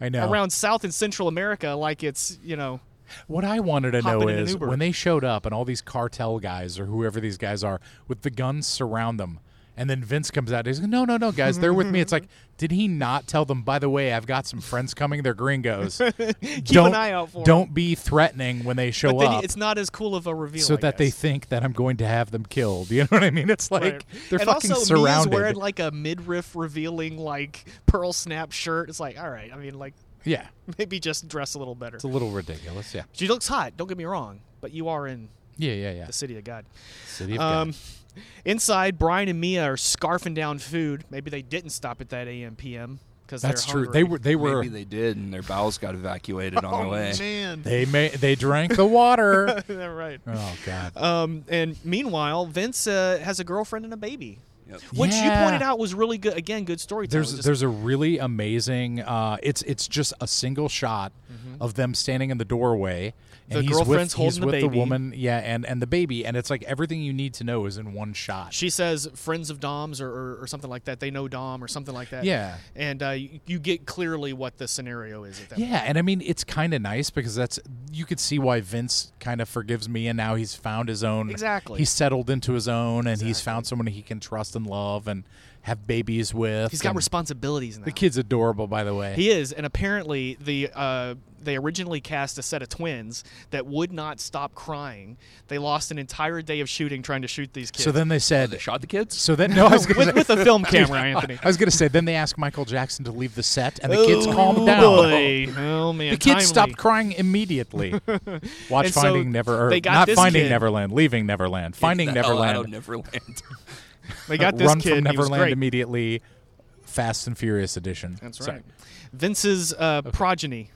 [SPEAKER 2] I know.
[SPEAKER 1] around South and Central America like it's, you know,
[SPEAKER 2] What I wanted to know
[SPEAKER 1] Hopping in an
[SPEAKER 2] is
[SPEAKER 1] Uber.
[SPEAKER 2] when they showed up and all these cartel guys or whoever these guys are with the guns surround them, and then Vince comes out. He's like, "No, no, no, guys, they're with me." It's like, did he not tell them? By the way, I've got some friends coming. They're gringos. Keep don't,
[SPEAKER 1] eye out for 'em."
[SPEAKER 2] Don't be threatening when they show
[SPEAKER 1] but then
[SPEAKER 2] up,
[SPEAKER 1] it's not as cool of a reveal.
[SPEAKER 2] so
[SPEAKER 1] I
[SPEAKER 2] that they
[SPEAKER 1] guess.
[SPEAKER 2] think that I'm going to have them killed. You know what I mean? It's like
[SPEAKER 1] Right.
[SPEAKER 2] they're
[SPEAKER 1] and
[SPEAKER 2] fucking
[SPEAKER 1] also,
[SPEAKER 2] surrounded.
[SPEAKER 1] Mia's wearing like a midriff revealing like pearl snap shirt. It's like, all right, I mean, like
[SPEAKER 2] yeah,
[SPEAKER 1] maybe just dress a little better.
[SPEAKER 2] it's a little ridiculous. Yeah,
[SPEAKER 1] She looks hot. Don't get me wrong, but you are in
[SPEAKER 2] yeah, yeah, yeah.
[SPEAKER 1] the city of God.
[SPEAKER 2] City of
[SPEAKER 1] Um,
[SPEAKER 2] God.
[SPEAKER 1] inside, Brian and Mia are scarfing down food. Maybe they didn't stop at that AM PM because
[SPEAKER 2] That's
[SPEAKER 1] they're
[SPEAKER 2] true.
[SPEAKER 1] Hungry. Oh,
[SPEAKER 2] They were. They were.
[SPEAKER 3] Maybe they did, and their bowels got evacuated on the way.
[SPEAKER 1] man.
[SPEAKER 2] They may. They drank the water.
[SPEAKER 1] They're right.
[SPEAKER 2] oh God.
[SPEAKER 1] Um, and meanwhile, Vince uh, has a girlfriend and a baby,
[SPEAKER 3] Yep.
[SPEAKER 1] which
[SPEAKER 2] Yeah.
[SPEAKER 1] you pointed out was really good. Again, good storytelling.
[SPEAKER 2] There's
[SPEAKER 1] Just-
[SPEAKER 2] there's a really amazing. Uh, it's it's just a single shot of them standing in the doorway. And
[SPEAKER 1] Mm-hmm. The
[SPEAKER 2] he's
[SPEAKER 1] girlfriend's
[SPEAKER 2] with, he's
[SPEAKER 1] holding the
[SPEAKER 2] with
[SPEAKER 1] baby.
[SPEAKER 2] woman, yeah, and and the baby, and it's like everything you need to know is in one shot.
[SPEAKER 1] she says friends of Dom's or, or, or something like that. They know Dom or something like that.
[SPEAKER 2] Yeah.
[SPEAKER 1] And uh, you, you get clearly what the scenario is at that
[SPEAKER 2] Yeah, and I mean it's kind of nice because that's you could see why Vince kind of forgives me, and now he's found his own.
[SPEAKER 1] Exactly.
[SPEAKER 2] he's settled into his own, and he's found someone he can trust and love, and have babies with.
[SPEAKER 1] He's got
[SPEAKER 2] and
[SPEAKER 1] responsibilities now.
[SPEAKER 2] the kid's adorable, by the way.
[SPEAKER 1] He is, and apparently the uh, they originally cast a set of twins that would not stop crying. They lost an entire day of shooting trying to shoot these kids
[SPEAKER 2] so then they said,
[SPEAKER 3] They shot the kids.
[SPEAKER 2] so then no, I was gonna say-
[SPEAKER 1] with, with a film camera, Anthony.
[SPEAKER 2] I was gonna say. Then they asked Michael Jackson to leave the set, and the kids calmed
[SPEAKER 1] Oh,
[SPEAKER 2] down.
[SPEAKER 1] boy. Oh man,
[SPEAKER 2] The kids
[SPEAKER 1] Timely.
[SPEAKER 2] stopped crying immediately. Watch
[SPEAKER 1] And so
[SPEAKER 2] Finding Never, or
[SPEAKER 1] they got
[SPEAKER 2] not
[SPEAKER 1] this
[SPEAKER 2] Finding
[SPEAKER 1] kid- "Oh,
[SPEAKER 2] Neverland, leaving Neverland, Finding
[SPEAKER 3] Get the hell out of
[SPEAKER 2] Neverland.
[SPEAKER 3] Neverland.
[SPEAKER 1] They got this
[SPEAKER 2] Run
[SPEAKER 1] kid.
[SPEAKER 2] from
[SPEAKER 1] and he was
[SPEAKER 2] Neverland
[SPEAKER 1] great.
[SPEAKER 2] immediately. Fast and Furious edition.
[SPEAKER 1] That's
[SPEAKER 2] Sorry.
[SPEAKER 1] right. Vince's uh, progeny.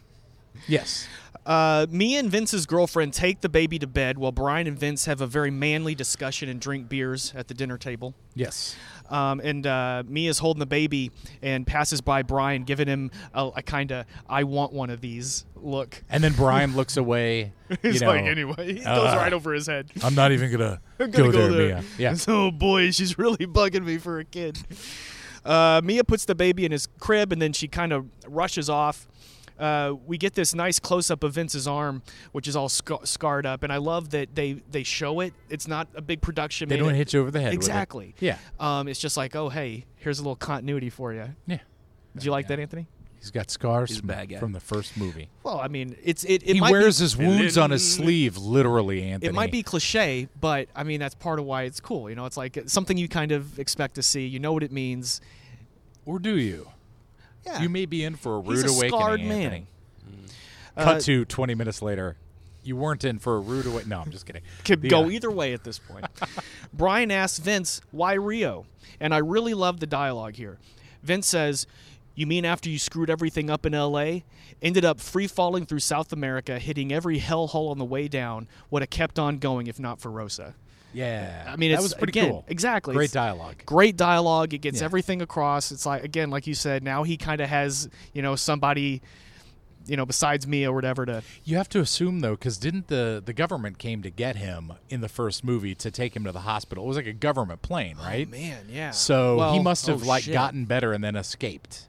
[SPEAKER 2] Yes.
[SPEAKER 1] Uh, me and Vince's girlfriend take the baby to bed while Brian and Vince have a very manly discussion and drink beers at the dinner table.
[SPEAKER 2] Yes.
[SPEAKER 1] um, and uh, Mia's holding the baby and passes by Brian, giving him a, a kind of "I want one of these" look.
[SPEAKER 2] And then Brian looks away.
[SPEAKER 1] He's
[SPEAKER 2] you know,
[SPEAKER 1] like, anyway, he goes
[SPEAKER 2] uh,
[SPEAKER 1] right over his head.
[SPEAKER 2] I'm not even gonna,
[SPEAKER 1] Gotta
[SPEAKER 2] go, there, Mia. Yeah.
[SPEAKER 1] Oh boy, she's really bugging me for a kid. Uh, Mia puts the baby in his crib and then she kind of rushes off. Uh, we get this nice close up of Vince's arm, which is all sc- scarred up, and I love that they they show it. It's not a big production.
[SPEAKER 2] They
[SPEAKER 1] made
[SPEAKER 2] don't
[SPEAKER 1] it-
[SPEAKER 2] hit you over the head. with it.
[SPEAKER 1] Exactly.
[SPEAKER 2] Yeah.
[SPEAKER 1] Um, it's just like, oh hey, here's a little continuity for you.
[SPEAKER 2] Yeah.
[SPEAKER 1] Did you like that, Anthony?
[SPEAKER 2] He's got scars
[SPEAKER 3] He's a
[SPEAKER 2] from-
[SPEAKER 3] bad guy.
[SPEAKER 2] from the first movie.
[SPEAKER 1] Well, I mean, it's it. it
[SPEAKER 2] he
[SPEAKER 1] might
[SPEAKER 2] wears
[SPEAKER 1] be,
[SPEAKER 2] his wounds on his sleeve, literally, Anthony.
[SPEAKER 1] It might be cliche, but I mean that's part of why it's cool. You know, it's like it's something you kind of expect to see. You know what it means.
[SPEAKER 2] or do you?
[SPEAKER 1] Yeah.
[SPEAKER 2] You may be in for a
[SPEAKER 1] He's
[SPEAKER 2] rude
[SPEAKER 1] a
[SPEAKER 2] awakening.
[SPEAKER 1] scarred man.
[SPEAKER 2] Anthony. Mm.
[SPEAKER 1] Uh,
[SPEAKER 2] Cut to twenty minutes later. You weren't in for a rude awakening. No, I'm just kidding.
[SPEAKER 1] could
[SPEAKER 2] The,
[SPEAKER 1] go
[SPEAKER 2] uh,
[SPEAKER 1] either way at this point. Brian asks Vince, "Why Rio?" And I really love the dialogue here. Vince says, You mean after you screwed everything up in LA? Ended up free falling through South America, hitting every hellhole on the way down, would have kept on going if not for Rosa.
[SPEAKER 2] Yeah.
[SPEAKER 1] I mean,
[SPEAKER 2] that
[SPEAKER 1] it's
[SPEAKER 2] was pretty
[SPEAKER 1] again,
[SPEAKER 2] cool.
[SPEAKER 1] Exactly.
[SPEAKER 2] Great
[SPEAKER 1] It's
[SPEAKER 2] dialogue.
[SPEAKER 1] Great dialogue. It gets
[SPEAKER 2] Yeah.
[SPEAKER 1] everything across. It's like again, like you said, now he kind of has you know somebody, you know, besides me or whatever to.
[SPEAKER 2] You have to assume though, because didn't the the government came to get him in the first movie to take him to the hospital? It was like a government plane, right?
[SPEAKER 1] Oh, Man, yeah.
[SPEAKER 2] So he
[SPEAKER 1] Well,
[SPEAKER 2] must have
[SPEAKER 1] oh,
[SPEAKER 2] like
[SPEAKER 1] shit.
[SPEAKER 2] gotten better and then escaped.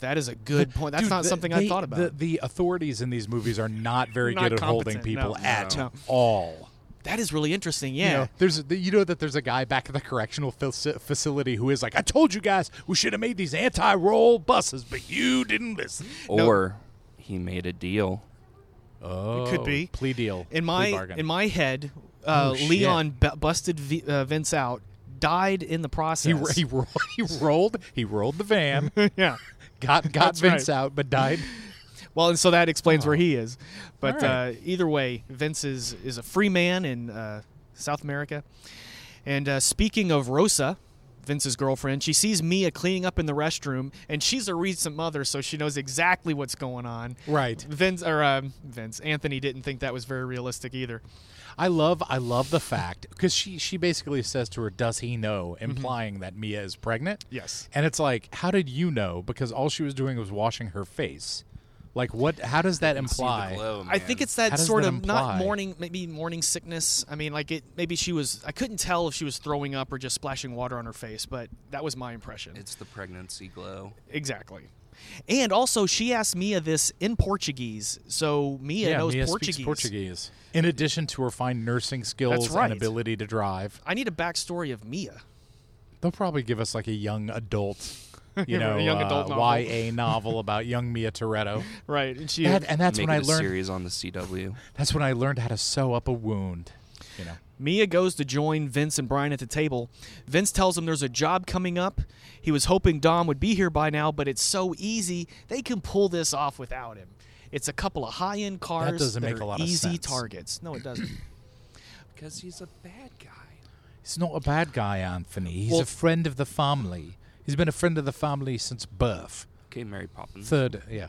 [SPEAKER 1] That is a good point. That's
[SPEAKER 2] Dude,
[SPEAKER 1] not
[SPEAKER 2] the-
[SPEAKER 1] something
[SPEAKER 2] they-
[SPEAKER 1] I thought about.
[SPEAKER 2] The, the authorities in these movies are not very
[SPEAKER 1] Not
[SPEAKER 2] good at holding
[SPEAKER 1] competent,
[SPEAKER 2] people
[SPEAKER 1] no.
[SPEAKER 2] at
[SPEAKER 1] No.
[SPEAKER 2] all.
[SPEAKER 1] that is really interesting.
[SPEAKER 2] You
[SPEAKER 1] Yeah.
[SPEAKER 2] know, there's the- you know that there's a guy back at the correctional faci- facility who is like, I told you guys we should have made these anti-roll buses, but you didn't listen.
[SPEAKER 3] Or he made a deal.
[SPEAKER 2] Oh,
[SPEAKER 1] could be.
[SPEAKER 2] plea deal
[SPEAKER 1] in
[SPEAKER 2] plea
[SPEAKER 1] my
[SPEAKER 2] bargain.
[SPEAKER 1] in my head, uh,
[SPEAKER 2] Oh, shit.
[SPEAKER 1] Leon bu- busted v- uh, Vince out, died in the process.
[SPEAKER 2] he, ro- he, ro- he rolled he rolled the van,
[SPEAKER 1] yeah.
[SPEAKER 2] got got
[SPEAKER 1] right.
[SPEAKER 2] Vince out, but died.
[SPEAKER 1] Well, and so that explains where he is. But
[SPEAKER 2] Oh. All right.
[SPEAKER 1] uh, either way, Vince is is a free man in uh, South America. And uh, speaking of Rosa. Vince's girlfriend. She sees Mia cleaning up in the restroom, and she's a recent mother, so she knows exactly what's going on.
[SPEAKER 2] Right.
[SPEAKER 1] Vince or um, Vince Anthony didn't think that was very realistic either.
[SPEAKER 2] I love I love the fact because she she basically says to her, "Does he know?" implying that Mia is pregnant.
[SPEAKER 1] Mm-hmm. Yes.
[SPEAKER 2] And it's like, how did you know? Because all she was doing was washing her face. Like what? How does that
[SPEAKER 3] See the
[SPEAKER 2] imply?
[SPEAKER 3] glow,
[SPEAKER 1] I
[SPEAKER 3] man.
[SPEAKER 1] think it's that
[SPEAKER 2] How does
[SPEAKER 1] sort
[SPEAKER 2] that
[SPEAKER 1] of not
[SPEAKER 2] imply?
[SPEAKER 1] morning, maybe morning sickness. I mean, like it. Maybe she was. I couldn't tell if she was throwing up or just splashing water on her face, but that was my impression.
[SPEAKER 3] it's the pregnancy glow.
[SPEAKER 1] exactly. And also, she asked Mia this in Portuguese, so Mia
[SPEAKER 2] Yeah,
[SPEAKER 1] knows
[SPEAKER 2] Mia
[SPEAKER 1] Portuguese.
[SPEAKER 2] speaks Portuguese. In addition to her fine nursing skills
[SPEAKER 1] right.
[SPEAKER 2] and ability to drive,
[SPEAKER 1] I need a backstory of Mia.
[SPEAKER 2] they'll probably give us like a young adult, you know,
[SPEAKER 1] young adult
[SPEAKER 2] uh,
[SPEAKER 1] novel.
[SPEAKER 2] YA novel about young Mia Toretto.
[SPEAKER 1] Right, and she.
[SPEAKER 2] That, and that's
[SPEAKER 3] Make
[SPEAKER 2] when I
[SPEAKER 3] it a
[SPEAKER 2] learned.
[SPEAKER 3] series on the CW.
[SPEAKER 2] That's when I learned how to sew up a wound. You know.
[SPEAKER 1] Mia goes to join Vince and Brian at the table. Vince tells him there's a job coming up. He was hoping Dom would be here by now, but it's so easy. They can pull this off without him. It's a couple of high end cars
[SPEAKER 2] doesn't make
[SPEAKER 1] are
[SPEAKER 2] a lot of
[SPEAKER 1] easy
[SPEAKER 2] sense.
[SPEAKER 1] targets. No, it doesn't.
[SPEAKER 3] Because he's a bad guy.
[SPEAKER 2] He's not a bad guy, Anthony. He's
[SPEAKER 1] Well-
[SPEAKER 2] a friend of the family. He's been a friend of the family since birth.
[SPEAKER 3] Okay, Mary Poppins.
[SPEAKER 2] Third, yeah.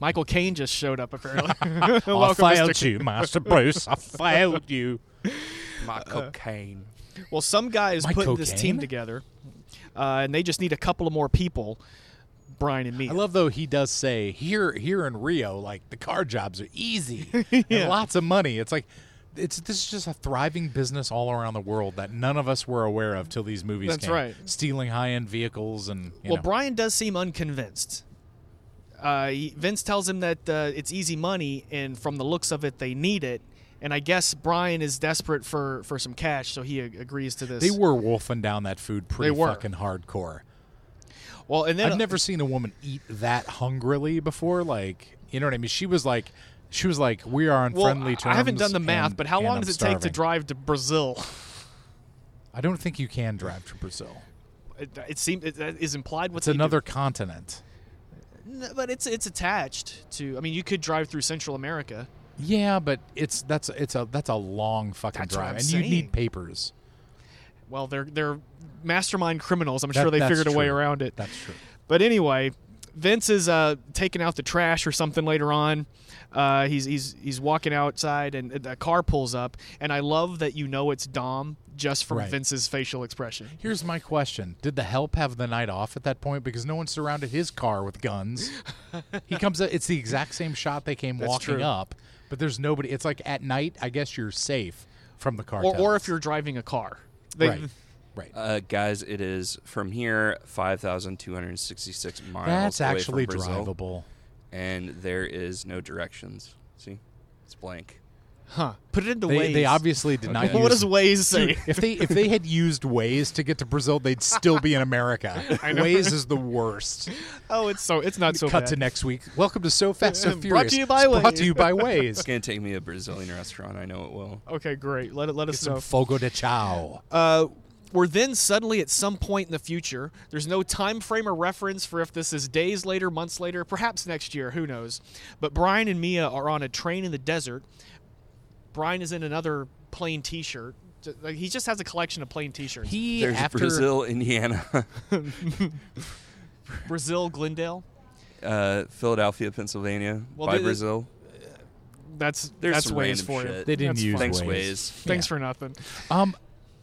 [SPEAKER 1] Michael Caine just showed up, apparently.
[SPEAKER 2] I
[SPEAKER 1] Welcome,
[SPEAKER 2] failed
[SPEAKER 1] Mr.
[SPEAKER 2] you, Master Bruce. I failed you.
[SPEAKER 3] My cocaine.
[SPEAKER 1] Well, some guy is
[SPEAKER 2] Mike
[SPEAKER 1] putting this team
[SPEAKER 2] Cocaine?
[SPEAKER 1] together, uh, and they just need a couple of more people, Brian and Mia.
[SPEAKER 2] I love though he does say here here in Rio, like the car jobs are easy and lots of money. It's like it's this is just a thriving business all around the world that none of us were aware of till these movies
[SPEAKER 1] That's
[SPEAKER 2] came.
[SPEAKER 1] right.
[SPEAKER 2] Stealing high end vehicles and you
[SPEAKER 1] well,
[SPEAKER 2] know.
[SPEAKER 1] Brian does seem unconvinced. Uh, he- Vince tells him that uh, it's easy money, and from the looks of it, they need it. And I guess Brian is desperate for, for some cash, so he ag- agrees to this.
[SPEAKER 2] they were wolfing down that food pretty
[SPEAKER 1] were.
[SPEAKER 2] fucking hardcore.
[SPEAKER 1] well, and then
[SPEAKER 2] I've never seen a woman eat that hungrily before. Like, you know what I mean? She was like, she was like, we are on
[SPEAKER 1] well,
[SPEAKER 2] friendly
[SPEAKER 1] I
[SPEAKER 2] terms.
[SPEAKER 1] haven't done the math,
[SPEAKER 2] and-
[SPEAKER 1] but how
[SPEAKER 2] and
[SPEAKER 1] long
[SPEAKER 2] I'm
[SPEAKER 1] does it take to
[SPEAKER 2] starving."
[SPEAKER 1] drive to Brazil?
[SPEAKER 2] I don't think you can drive to Brazil.
[SPEAKER 1] It, it seems it, that is implied. What's
[SPEAKER 2] It's another continent.
[SPEAKER 1] but it's it's attached to. I mean, you could drive through Central America.
[SPEAKER 2] Yeah, but it's that's it's a that's a long fucking
[SPEAKER 1] That's what
[SPEAKER 2] drive,
[SPEAKER 1] I'm
[SPEAKER 2] and you
[SPEAKER 1] saying.
[SPEAKER 2] need papers.
[SPEAKER 1] Well, they're they're mastermind criminals. I'm
[SPEAKER 2] That-
[SPEAKER 1] sure they
[SPEAKER 2] that's
[SPEAKER 1] figured a way
[SPEAKER 2] true.
[SPEAKER 1] around it.
[SPEAKER 2] That's true.
[SPEAKER 1] But anyway, Vince is uh, taking out the trash or something later on. Uh, he's he's he's walking outside, and the car pulls up. And I love that you know it's Dom just from
[SPEAKER 2] Right.
[SPEAKER 1] Vince's facial expression.
[SPEAKER 2] Here's my question: Did the help have the night off at that point because no one surrounded his car with guns? he comes. It's the exact same shot they came walking
[SPEAKER 1] true.
[SPEAKER 2] up, but there's nobody. It's like at night. I guess you're safe from the car.
[SPEAKER 1] Or or if you're driving a car, They-
[SPEAKER 2] right, right.
[SPEAKER 3] Uh, guys, it is from here 5,266 miles.
[SPEAKER 2] That's
[SPEAKER 3] away from
[SPEAKER 2] actually
[SPEAKER 3] Brazil,
[SPEAKER 2] drivable.
[SPEAKER 3] And there is no directions. See? It's blank.
[SPEAKER 1] huh? Put it into
[SPEAKER 2] They,
[SPEAKER 1] Waze.
[SPEAKER 2] they obviously did not.
[SPEAKER 3] Okay.
[SPEAKER 1] What
[SPEAKER 2] use-
[SPEAKER 1] does Waze say?
[SPEAKER 2] If they if they had used Waze to get to Brazil, they'd still be in America. Waze is the worst.
[SPEAKER 1] oh, it's so it's not so
[SPEAKER 2] Cut
[SPEAKER 1] bad.
[SPEAKER 2] to next week. Welcome to So Fast So
[SPEAKER 1] Brought to
[SPEAKER 2] Furious.
[SPEAKER 1] you by
[SPEAKER 2] It's Brought
[SPEAKER 1] Waze.
[SPEAKER 2] to you by
[SPEAKER 3] It's
[SPEAKER 2] Waze.
[SPEAKER 3] going to take me a Brazilian restaurant. I know it will.
[SPEAKER 1] Okay, great. Let it let us
[SPEAKER 2] Some
[SPEAKER 1] know.
[SPEAKER 2] fogo de chao.
[SPEAKER 1] Uh, we're then suddenly at some point in the future. There's no time frame or reference for if this is days later, months later, perhaps next year, who knows. But Brian and Mia are on a train in the desert. Brian is in another plain t shirt. He just has a collection of plain t shirts.
[SPEAKER 2] He
[SPEAKER 3] There's
[SPEAKER 2] after
[SPEAKER 3] Brazil, Indiana,
[SPEAKER 1] Brazil, Glendale.
[SPEAKER 3] Uh, Philadelphia, Pennsylvania,
[SPEAKER 1] Well,
[SPEAKER 3] by
[SPEAKER 1] the- the-
[SPEAKER 3] Brazil.
[SPEAKER 1] That's
[SPEAKER 3] There's
[SPEAKER 1] that's
[SPEAKER 3] some
[SPEAKER 1] ways
[SPEAKER 3] random
[SPEAKER 1] for you.
[SPEAKER 3] shit.
[SPEAKER 2] They didn't
[SPEAKER 1] That's
[SPEAKER 2] use
[SPEAKER 1] fine.
[SPEAKER 3] Thanks,
[SPEAKER 2] Waze.
[SPEAKER 3] Waze.
[SPEAKER 1] Thanks
[SPEAKER 2] Yeah.
[SPEAKER 1] for nothing.
[SPEAKER 2] Um,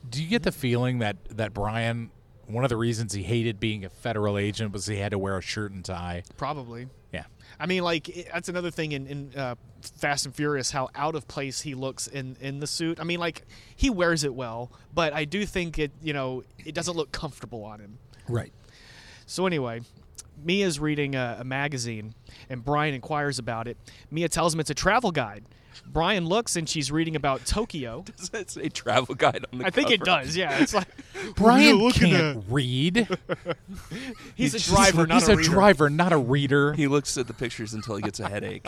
[SPEAKER 2] do you get the feeling that that Brian, one of the reasons he hated being a federal agent was he had to wear a shirt and tie?
[SPEAKER 1] Probably.
[SPEAKER 2] Yeah.
[SPEAKER 1] I mean, like it- that's another thing in, in uh, Fast and Furious how out of place he looks in in the suit. I mean, like he wears it well, but I do think it you know it doesn't look comfortable on him.
[SPEAKER 2] Right.
[SPEAKER 1] So anyway, Mia's reading a, a magazine, and Brian inquires about it. Mia tells him it's a travel guide. Brian looks and she's reading about Tokyo.
[SPEAKER 3] Does that say travel guide on the
[SPEAKER 1] I think it
[SPEAKER 3] cover?
[SPEAKER 1] does. Yeah, it's like
[SPEAKER 2] Brian
[SPEAKER 1] looking
[SPEAKER 2] can't read.
[SPEAKER 1] he's a driver, not
[SPEAKER 2] He's
[SPEAKER 1] a,
[SPEAKER 2] a
[SPEAKER 1] reader.
[SPEAKER 2] driver, not a reader.
[SPEAKER 3] He looks at the pictures until he gets a headache.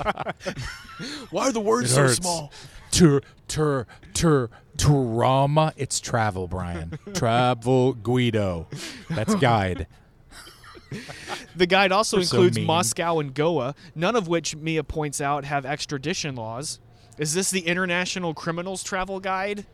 [SPEAKER 1] Why are the words so small?
[SPEAKER 2] Tur, tur, tur, trauma. It's travel, Brian. travel Guido. That's guide.
[SPEAKER 1] The guide also
[SPEAKER 2] You're so
[SPEAKER 1] includes
[SPEAKER 2] mean.
[SPEAKER 1] Moscow and Goa, none of which Mia points out have extradition laws. Is this the International Criminals Travel Guide?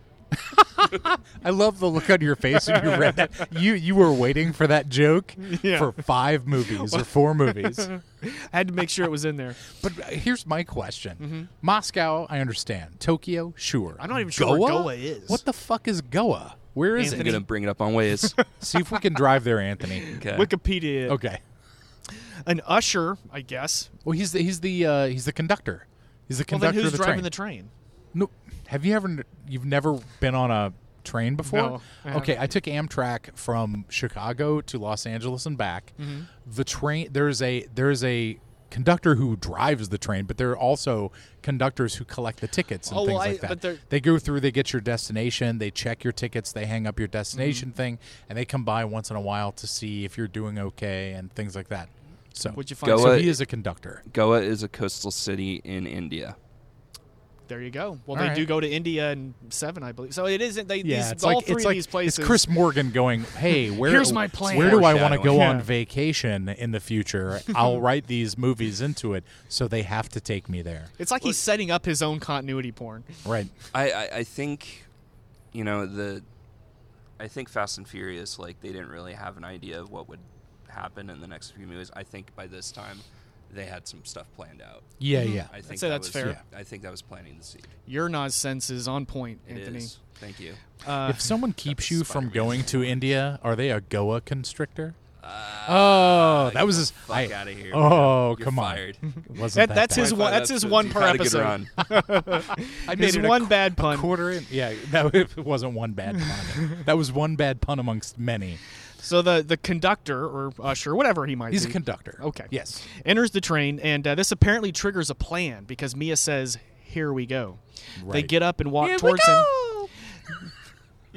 [SPEAKER 2] I love the look on your face when you read that. You you were waiting for that joke
[SPEAKER 1] Yeah.
[SPEAKER 2] for five movies or four movies.
[SPEAKER 1] I had to make sure it was in there.
[SPEAKER 2] But uh, here's my question: Moscow, I understand. Tokyo, sure.
[SPEAKER 1] Mm-hmm. I'm not even sure where Goa is.
[SPEAKER 2] What the fuck is Goa? Where is
[SPEAKER 3] I'm gonna
[SPEAKER 2] it?
[SPEAKER 3] bring it up on Waze.
[SPEAKER 2] See if we can drive there, Anthony.
[SPEAKER 3] Okay.
[SPEAKER 1] Wikipedia.
[SPEAKER 2] Okay.
[SPEAKER 1] An usher, I guess.
[SPEAKER 2] Well, he's the he's the uh, he's the conductor. He's the
[SPEAKER 1] Well,
[SPEAKER 2] conductor
[SPEAKER 1] then who's
[SPEAKER 2] of the
[SPEAKER 1] driving
[SPEAKER 2] train.
[SPEAKER 1] the train?
[SPEAKER 2] No, have you ever? You've never been on a train before?
[SPEAKER 1] No, I
[SPEAKER 2] okay, I took Amtrak from Chicago to Los Angeles and back.
[SPEAKER 1] Mm-hmm.
[SPEAKER 2] The train there's a there's a conductor who drives the train, but there are also conductors who collect the tickets and
[SPEAKER 1] Oh,
[SPEAKER 2] things
[SPEAKER 1] well, I-
[SPEAKER 2] like that.
[SPEAKER 1] but they're-
[SPEAKER 2] they go through, they get your destination, they check your tickets, they hang up your destination
[SPEAKER 1] Mm-hmm.
[SPEAKER 2] thing, and they come by once in a while to see if you're doing okay and things like that. So,
[SPEAKER 1] What'd you
[SPEAKER 2] so
[SPEAKER 1] find?
[SPEAKER 3] Go Goa-
[SPEAKER 2] he is a conductor.
[SPEAKER 3] Goa is a coastal city in India.
[SPEAKER 1] There you go. Well,
[SPEAKER 2] All
[SPEAKER 1] they
[SPEAKER 2] right.
[SPEAKER 1] do go to India and seven, I believe. So it isn't. They,
[SPEAKER 2] Yeah,
[SPEAKER 1] these,
[SPEAKER 2] it's
[SPEAKER 1] all
[SPEAKER 2] like
[SPEAKER 1] three
[SPEAKER 2] it's
[SPEAKER 1] of
[SPEAKER 2] like
[SPEAKER 1] these places.
[SPEAKER 2] it's Chris Morgan going, "Hey, where
[SPEAKER 1] Here's my plan."
[SPEAKER 2] Where do I want to
[SPEAKER 3] Foreshadowing.
[SPEAKER 2] go
[SPEAKER 1] Yeah.
[SPEAKER 2] on vacation in the future? I'll write these movies into it, so they have to take me there."
[SPEAKER 1] It's like he's setting up his own continuity porn.
[SPEAKER 2] Right?
[SPEAKER 3] I, I, I think, you know, the, I think Fast and Furious, like, they didn't really have an idea of what would happen in the next few movies. I think by this time, they had some stuff planned out.
[SPEAKER 2] Yeah, yeah.
[SPEAKER 3] I think
[SPEAKER 1] say
[SPEAKER 3] that
[SPEAKER 1] that's
[SPEAKER 3] was-
[SPEAKER 1] fair.
[SPEAKER 3] I think that was planning the seed.
[SPEAKER 1] Your nonsense is on point,
[SPEAKER 3] It is.
[SPEAKER 1] Anthony.
[SPEAKER 3] Thank you.
[SPEAKER 1] Uh,
[SPEAKER 2] if someone keeps you from
[SPEAKER 3] Spider-Man.
[SPEAKER 2] going to India, are they a Goa constrictor?
[SPEAKER 3] Uh,
[SPEAKER 2] Oh, that
[SPEAKER 3] get
[SPEAKER 2] was
[SPEAKER 3] the
[SPEAKER 2] his.
[SPEAKER 3] fuck
[SPEAKER 2] I-
[SPEAKER 3] outta here.
[SPEAKER 2] Oh,
[SPEAKER 3] You're
[SPEAKER 2] come
[SPEAKER 3] fired.
[SPEAKER 2] on. Wasn't
[SPEAKER 1] That-
[SPEAKER 2] that
[SPEAKER 1] that's his
[SPEAKER 2] bad.
[SPEAKER 1] one-
[SPEAKER 3] Five
[SPEAKER 1] that's his
[SPEAKER 3] episodes,
[SPEAKER 1] one
[SPEAKER 3] you've
[SPEAKER 1] per
[SPEAKER 3] had a good
[SPEAKER 1] episode.
[SPEAKER 3] run.
[SPEAKER 2] I
[SPEAKER 1] his
[SPEAKER 2] made it a
[SPEAKER 1] one
[SPEAKER 2] qu-
[SPEAKER 1] bad
[SPEAKER 2] a
[SPEAKER 1] pun.
[SPEAKER 2] quarter in. Yeah, no, it wasn't one bad pun. that was one bad pun amongst many.
[SPEAKER 1] so the the conductor or usher, whatever he might
[SPEAKER 2] He's a
[SPEAKER 1] be,
[SPEAKER 2] conductor.
[SPEAKER 1] Okay.
[SPEAKER 2] Yes.
[SPEAKER 1] enters the train, and uh, this apparently triggers a plan because Mia says, "Here we go." They
[SPEAKER 2] Right.
[SPEAKER 1] get up and
[SPEAKER 2] Uh,
[SPEAKER 1] walk towards him.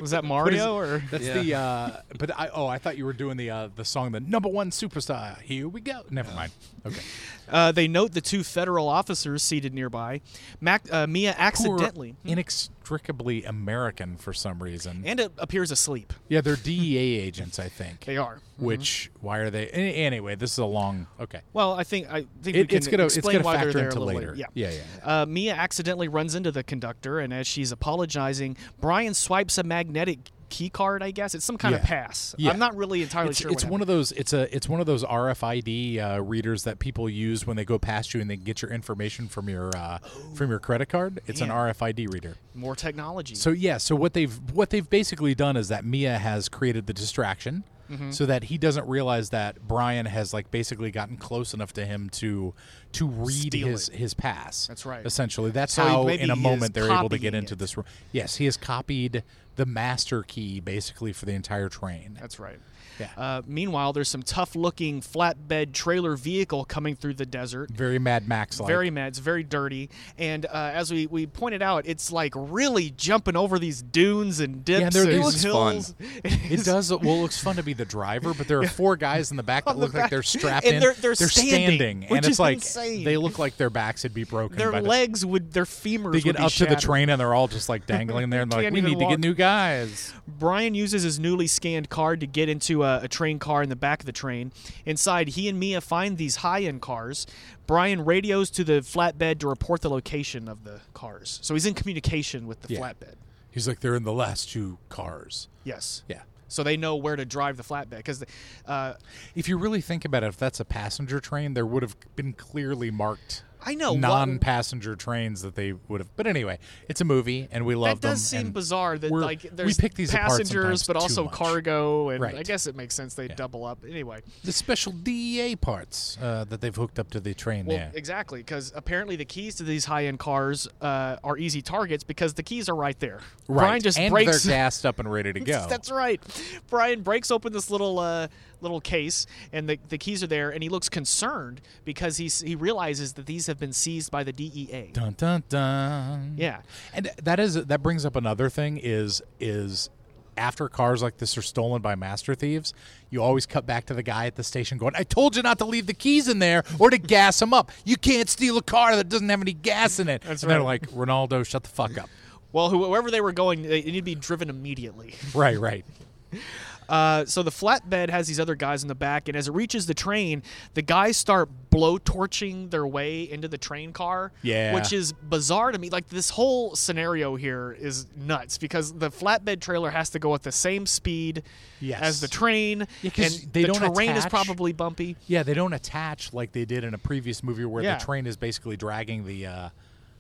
[SPEAKER 1] Was that Mario or?
[SPEAKER 2] That's
[SPEAKER 3] Yeah.
[SPEAKER 2] the uh but I oh I thought you were doing the uh the song the number one superstar. Here we go. Never mind. Okay.
[SPEAKER 1] Uh, they note the two federal officers seated nearby. Mac, uh, Mia accidentally Hmm.
[SPEAKER 2] Poor, inextricably American for some reason.
[SPEAKER 1] and it appears asleep.
[SPEAKER 2] yeah, they're DEA agents, I think.
[SPEAKER 1] They are.
[SPEAKER 2] Which why are they any- anyway, this is a long okay.
[SPEAKER 1] Well, I think I think we
[SPEAKER 2] It,
[SPEAKER 1] can
[SPEAKER 2] it's gonna it's
[SPEAKER 1] explain
[SPEAKER 2] gonna
[SPEAKER 1] why they're
[SPEAKER 2] factor
[SPEAKER 1] there a
[SPEAKER 2] into
[SPEAKER 1] little
[SPEAKER 2] later.
[SPEAKER 1] Yeah.
[SPEAKER 2] yeah, yeah.
[SPEAKER 1] Uh, Mia accidentally runs into the conductor, and as she's apologizing, Brian swipes a magnetic key card. I guess it's some kind of
[SPEAKER 2] Yeah.
[SPEAKER 1] pass.
[SPEAKER 2] Yeah.
[SPEAKER 1] I'm not really entirely
[SPEAKER 2] It's,
[SPEAKER 1] sure.
[SPEAKER 2] it's one of those. It's a. It's one of those RFID uh, readers that people use when they go past you and they get your information from your uh, from your credit card. It's
[SPEAKER 1] man.
[SPEAKER 2] an RFID reader.
[SPEAKER 1] of more technology.
[SPEAKER 2] So yeah, so what they've what they've basically done is that Mia has created the distraction
[SPEAKER 1] Mm-hmm.
[SPEAKER 2] so that he doesn't realize that Brian has like basically gotten close enough to him to to read
[SPEAKER 1] Steal
[SPEAKER 2] his his pass.
[SPEAKER 1] That's right.
[SPEAKER 2] Essentially, that's
[SPEAKER 1] So he-
[SPEAKER 2] how
[SPEAKER 1] maybe
[SPEAKER 2] in a
[SPEAKER 1] he is
[SPEAKER 2] moment they're able to get
[SPEAKER 1] copying
[SPEAKER 2] into
[SPEAKER 1] it.
[SPEAKER 2] this room. Yes, he has copied the master key basically for the entire train.
[SPEAKER 1] That's right.
[SPEAKER 2] Yeah.
[SPEAKER 1] Uh, meanwhile, there's some tough-looking flatbed trailer vehicle coming through the desert.
[SPEAKER 2] Very Mad Max like.
[SPEAKER 1] Very mad. It's very dirty. And uh, as we, we pointed out, it's like really jumping over these dunes and dips
[SPEAKER 2] there are
[SPEAKER 1] and
[SPEAKER 2] these-
[SPEAKER 3] It
[SPEAKER 1] hills.
[SPEAKER 3] looks
[SPEAKER 2] It does. Well, it looks fun to be the driver, but there are four guys in the back that
[SPEAKER 1] On the
[SPEAKER 2] look like
[SPEAKER 1] back.
[SPEAKER 2] they're strapped
[SPEAKER 1] And
[SPEAKER 2] in.
[SPEAKER 1] they're- they're standing, which
[SPEAKER 2] and it's
[SPEAKER 1] is
[SPEAKER 2] like
[SPEAKER 1] insane.
[SPEAKER 2] they look like their backs would be broken.
[SPEAKER 1] Their
[SPEAKER 2] by the-
[SPEAKER 1] legs would, their femurs
[SPEAKER 2] they get
[SPEAKER 1] would be
[SPEAKER 2] up to the
[SPEAKER 1] shattered.
[SPEAKER 2] train and they're all just like dangling there and they're like
[SPEAKER 1] Can't
[SPEAKER 2] we
[SPEAKER 1] even
[SPEAKER 2] need to
[SPEAKER 1] walk."
[SPEAKER 2] get new guys
[SPEAKER 1] Brian uses his newly scanned card to get into a, a train car in the back of the train. Inside, he and Mia find these high end cars. Brian radios to the flatbed to report the location of the cars. So he's in communication with the
[SPEAKER 2] Yeah.
[SPEAKER 1] flatbed.
[SPEAKER 2] he's like they're in the last two cars
[SPEAKER 1] Yes.
[SPEAKER 2] yeah
[SPEAKER 1] so they know where to drive the flatbed because uh,
[SPEAKER 2] If you really think about it, if that's a passenger train, there would have been clearly marked
[SPEAKER 1] I know what-
[SPEAKER 2] non-passenger trains that they would have. But anyway, it's a movie, and we love
[SPEAKER 1] that
[SPEAKER 2] them.
[SPEAKER 1] does seem
[SPEAKER 2] and
[SPEAKER 1] bizarre that
[SPEAKER 2] we're-
[SPEAKER 1] like
[SPEAKER 2] we
[SPEAKER 1] there's
[SPEAKER 2] pick these apart
[SPEAKER 1] passengers
[SPEAKER 2] sometimes
[SPEAKER 1] but
[SPEAKER 2] too
[SPEAKER 1] also
[SPEAKER 2] much.
[SPEAKER 1] cargo and I
[SPEAKER 2] Right.
[SPEAKER 1] guess it makes sense they double up anyway.
[SPEAKER 2] the special DEA parts uh, that they've hooked up to the train.
[SPEAKER 1] Well,
[SPEAKER 2] yeah.
[SPEAKER 1] exactly, because apparently the keys to these high-end cars uh, are easy targets because the keys are right there.
[SPEAKER 2] Right.
[SPEAKER 1] Brian just
[SPEAKER 2] and
[SPEAKER 1] breaks.
[SPEAKER 2] they're gassed up and ready to go.
[SPEAKER 1] That's right. Brian breaks open this little uh, little case, and the, the keys are there, and he looks concerned because he's, he realizes that these have been seized by the DEA.
[SPEAKER 2] dun dun dun.
[SPEAKER 1] Yeah.
[SPEAKER 2] And that is that brings up another thing is is after cars like this are stolen by master thieves, you always cut back to the guy at the station going, "I told you not to leave the keys in there or to gas them up. You can't steal a car that doesn't have any gas in it." That's and they're
[SPEAKER 1] right.
[SPEAKER 2] like, "Ronaldo, shut the fuck up."
[SPEAKER 1] Well, who- whoever they were going, they they need to be driven immediately.
[SPEAKER 2] right, right.
[SPEAKER 1] Uh, so the flatbed has these other guys in the back, and as it reaches the train, the guys start blow torching their way into the train car.
[SPEAKER 2] Yeah.
[SPEAKER 1] Which is bizarre to me. Like this whole scenario here is nuts because the flatbed trailer has to go at the same speed
[SPEAKER 2] Yes.
[SPEAKER 1] as the train.
[SPEAKER 2] 'cause
[SPEAKER 1] and
[SPEAKER 2] they
[SPEAKER 1] the
[SPEAKER 2] don't
[SPEAKER 1] terrain is
[SPEAKER 2] attach-
[SPEAKER 1] probably bumpy.
[SPEAKER 2] Yeah, they don't attach like they did in a previous movie where
[SPEAKER 1] Yeah.
[SPEAKER 2] the train is basically dragging the uh,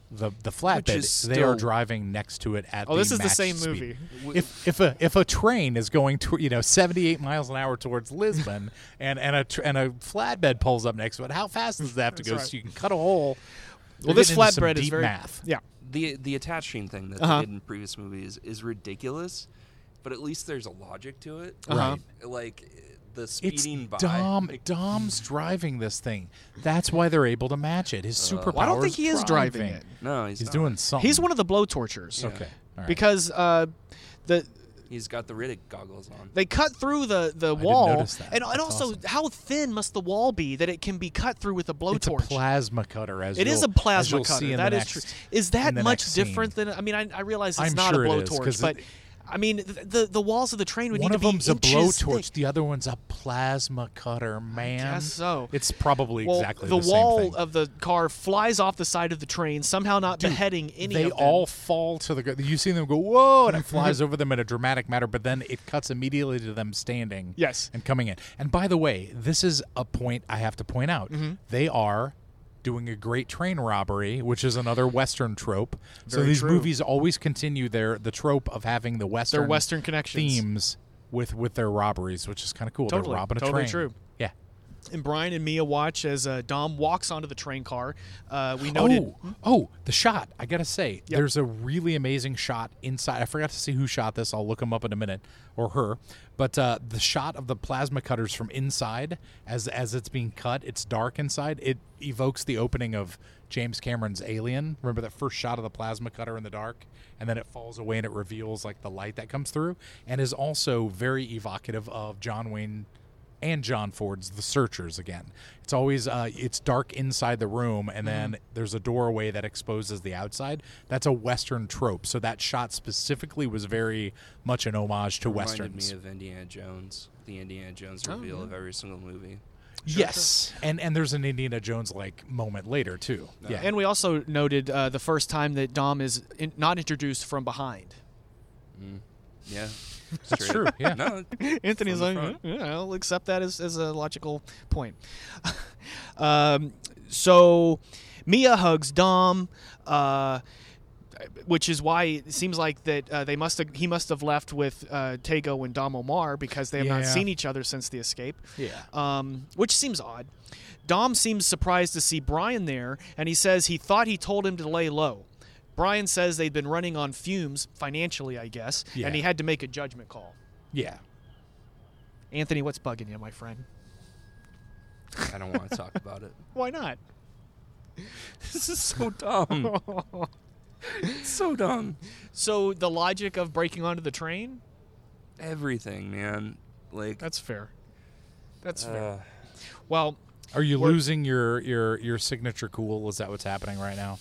[SPEAKER 2] the the flatbed.
[SPEAKER 3] is
[SPEAKER 2] they are
[SPEAKER 3] still-
[SPEAKER 2] driving next to it at.
[SPEAKER 1] Oh, this is the
[SPEAKER 2] matched
[SPEAKER 1] same
[SPEAKER 2] speed.
[SPEAKER 1] movie.
[SPEAKER 2] If if a if a train is going to you know seventy eight miles an hour towards Lisbon and and a tr- and a flatbed pulls up next to it, how fast does that have to go
[SPEAKER 1] right.
[SPEAKER 2] so you can cut a hole?
[SPEAKER 1] Well,
[SPEAKER 2] You're
[SPEAKER 1] this
[SPEAKER 2] getting into some
[SPEAKER 1] flatbed is
[SPEAKER 2] deep
[SPEAKER 1] very
[SPEAKER 2] math.
[SPEAKER 1] Yeah.
[SPEAKER 3] the the attaching thing that
[SPEAKER 1] Uh-huh.
[SPEAKER 3] they did in previous movies is ridiculous, but at least there's a logic to it.
[SPEAKER 1] Uh-huh.
[SPEAKER 3] Like the
[SPEAKER 2] It's
[SPEAKER 3] speeding by.
[SPEAKER 2] Dom. Dom's driving this thing. That's why they're able to match it. His superpower.
[SPEAKER 1] Well, I don't think he is driving it.
[SPEAKER 3] No, he's,
[SPEAKER 2] He's
[SPEAKER 3] not.
[SPEAKER 2] doing something.
[SPEAKER 1] He's one of the blow torchers.
[SPEAKER 3] Yeah.
[SPEAKER 2] Oh Okay. all right.
[SPEAKER 1] Because uh, the
[SPEAKER 3] He's got the Riddick goggles on.
[SPEAKER 1] They cut through the, the wall,
[SPEAKER 2] notice that.
[SPEAKER 1] and, and
[SPEAKER 2] That's
[SPEAKER 1] also
[SPEAKER 2] awesome.
[SPEAKER 1] how thin must the wall be that it can be cut through with a
[SPEAKER 2] It's a
[SPEAKER 1] blowtorch?
[SPEAKER 2] plasma cutter, as
[SPEAKER 1] It
[SPEAKER 2] you'll,
[SPEAKER 1] is a
[SPEAKER 2] as
[SPEAKER 1] plasma
[SPEAKER 2] you'll
[SPEAKER 1] cutter.
[SPEAKER 2] See in
[SPEAKER 1] that
[SPEAKER 2] the
[SPEAKER 1] is
[SPEAKER 2] next,
[SPEAKER 1] true. Is that
[SPEAKER 2] in the
[SPEAKER 1] much
[SPEAKER 2] next
[SPEAKER 1] different
[SPEAKER 2] scene.
[SPEAKER 1] than? I mean, I, I realize it's
[SPEAKER 2] I'm
[SPEAKER 1] not
[SPEAKER 2] sure
[SPEAKER 1] a
[SPEAKER 2] it is,
[SPEAKER 1] blowtorch,
[SPEAKER 2] 'cause
[SPEAKER 1] but
[SPEAKER 2] it-
[SPEAKER 1] I mean, the, the the walls of the train would
[SPEAKER 2] One
[SPEAKER 1] need
[SPEAKER 2] of
[SPEAKER 1] to be
[SPEAKER 2] them's a
[SPEAKER 1] inches
[SPEAKER 2] blowtorch.
[SPEAKER 1] thick.
[SPEAKER 2] The other one's a plasma cutter, man.
[SPEAKER 1] guess so.
[SPEAKER 2] It's probably
[SPEAKER 1] Well,
[SPEAKER 2] exactly
[SPEAKER 1] the,
[SPEAKER 2] the,
[SPEAKER 1] wall
[SPEAKER 2] same thing.
[SPEAKER 1] of the car flies off the side of the train, somehow not beheading any
[SPEAKER 2] they
[SPEAKER 1] of them. Mm-hmm.
[SPEAKER 2] all fall to the ground. You see them go whoa, and it flies over them in a dramatic manner. But then it cuts immediately to them standing.
[SPEAKER 1] Yes.
[SPEAKER 2] and coming in. And by the way, this is a point I have to point out.
[SPEAKER 1] Mm-hmm.
[SPEAKER 2] They are doing a great train robbery, which is another Western trope. so
[SPEAKER 1] Very
[SPEAKER 2] these
[SPEAKER 1] true.
[SPEAKER 2] movies always continue their the trope of having the Western
[SPEAKER 1] Western connections.
[SPEAKER 2] themes with with their robberies, which is kind of cool.
[SPEAKER 1] Totally.
[SPEAKER 2] They're robbing a
[SPEAKER 1] Totally
[SPEAKER 2] train.
[SPEAKER 1] true.
[SPEAKER 2] Yeah.
[SPEAKER 1] and Brian and Mia watch as uh, Dom walks onto the train car. Uh, we noted
[SPEAKER 2] Oh, oh, the shot. I got to say, there's a really amazing shot inside. I forgot to see who shot this. I'll look him up in a minute or her. But uh, the shot of the plasma cutters from inside as as it's being cut, it's dark inside. It evokes the opening of James Cameron's Alien. Remember that first shot of the plasma cutter in the dark and then it falls away and it reveals like the light that comes through and is also very evocative of John Wayne and John Ford's The Searchers again. It's always uh, it's dark inside the room,
[SPEAKER 1] Mm-hmm.
[SPEAKER 2] and then there's a doorway that exposes the outside. That's a Western trope. So that shot specifically was very much an homage to
[SPEAKER 3] Reminded
[SPEAKER 2] westerns.
[SPEAKER 3] me of Indiana Jones. The Indiana Jones
[SPEAKER 1] Oh,
[SPEAKER 3] reveal of every single movie.
[SPEAKER 2] yes, and and there's an Indiana Jones like moment later too. Yeah,
[SPEAKER 1] And we also noted uh, the first time that Dom is in, not introduced from behind.
[SPEAKER 3] Yeah,
[SPEAKER 2] that's true. Yeah.
[SPEAKER 3] No,
[SPEAKER 1] Anthony's
[SPEAKER 3] From
[SPEAKER 1] like,
[SPEAKER 3] the
[SPEAKER 1] "Mm, yeah, I'll accept that as, as a logical point. um, so Mia hugs Dom, uh, which is why it seems like that uh, they must have he must have left with uh, Tego and Dom Omar because they have not
[SPEAKER 2] Yeah.
[SPEAKER 1] seen each other since the escape.
[SPEAKER 2] Yeah.
[SPEAKER 1] um, which seems odd. Dom seems surprised to see Brian there, and he says he thought he told him to lay low. Brian says they'd been running on fumes financially, I guess,
[SPEAKER 2] Yeah.
[SPEAKER 1] and he had to make a judgment call.
[SPEAKER 2] yeah.
[SPEAKER 1] Anthony, what's bugging you, my friend?
[SPEAKER 3] I don't want to talk about it.
[SPEAKER 1] Why not?
[SPEAKER 3] This is so dumb. it's so dumb.
[SPEAKER 1] So the logic of breaking onto the train?
[SPEAKER 3] Everything, man. Like,
[SPEAKER 1] That's fair. That's fair.
[SPEAKER 3] uh,
[SPEAKER 1] Well,
[SPEAKER 2] Are you
[SPEAKER 1] We're-
[SPEAKER 2] losing your your your signature cool? Is that what's happening right now?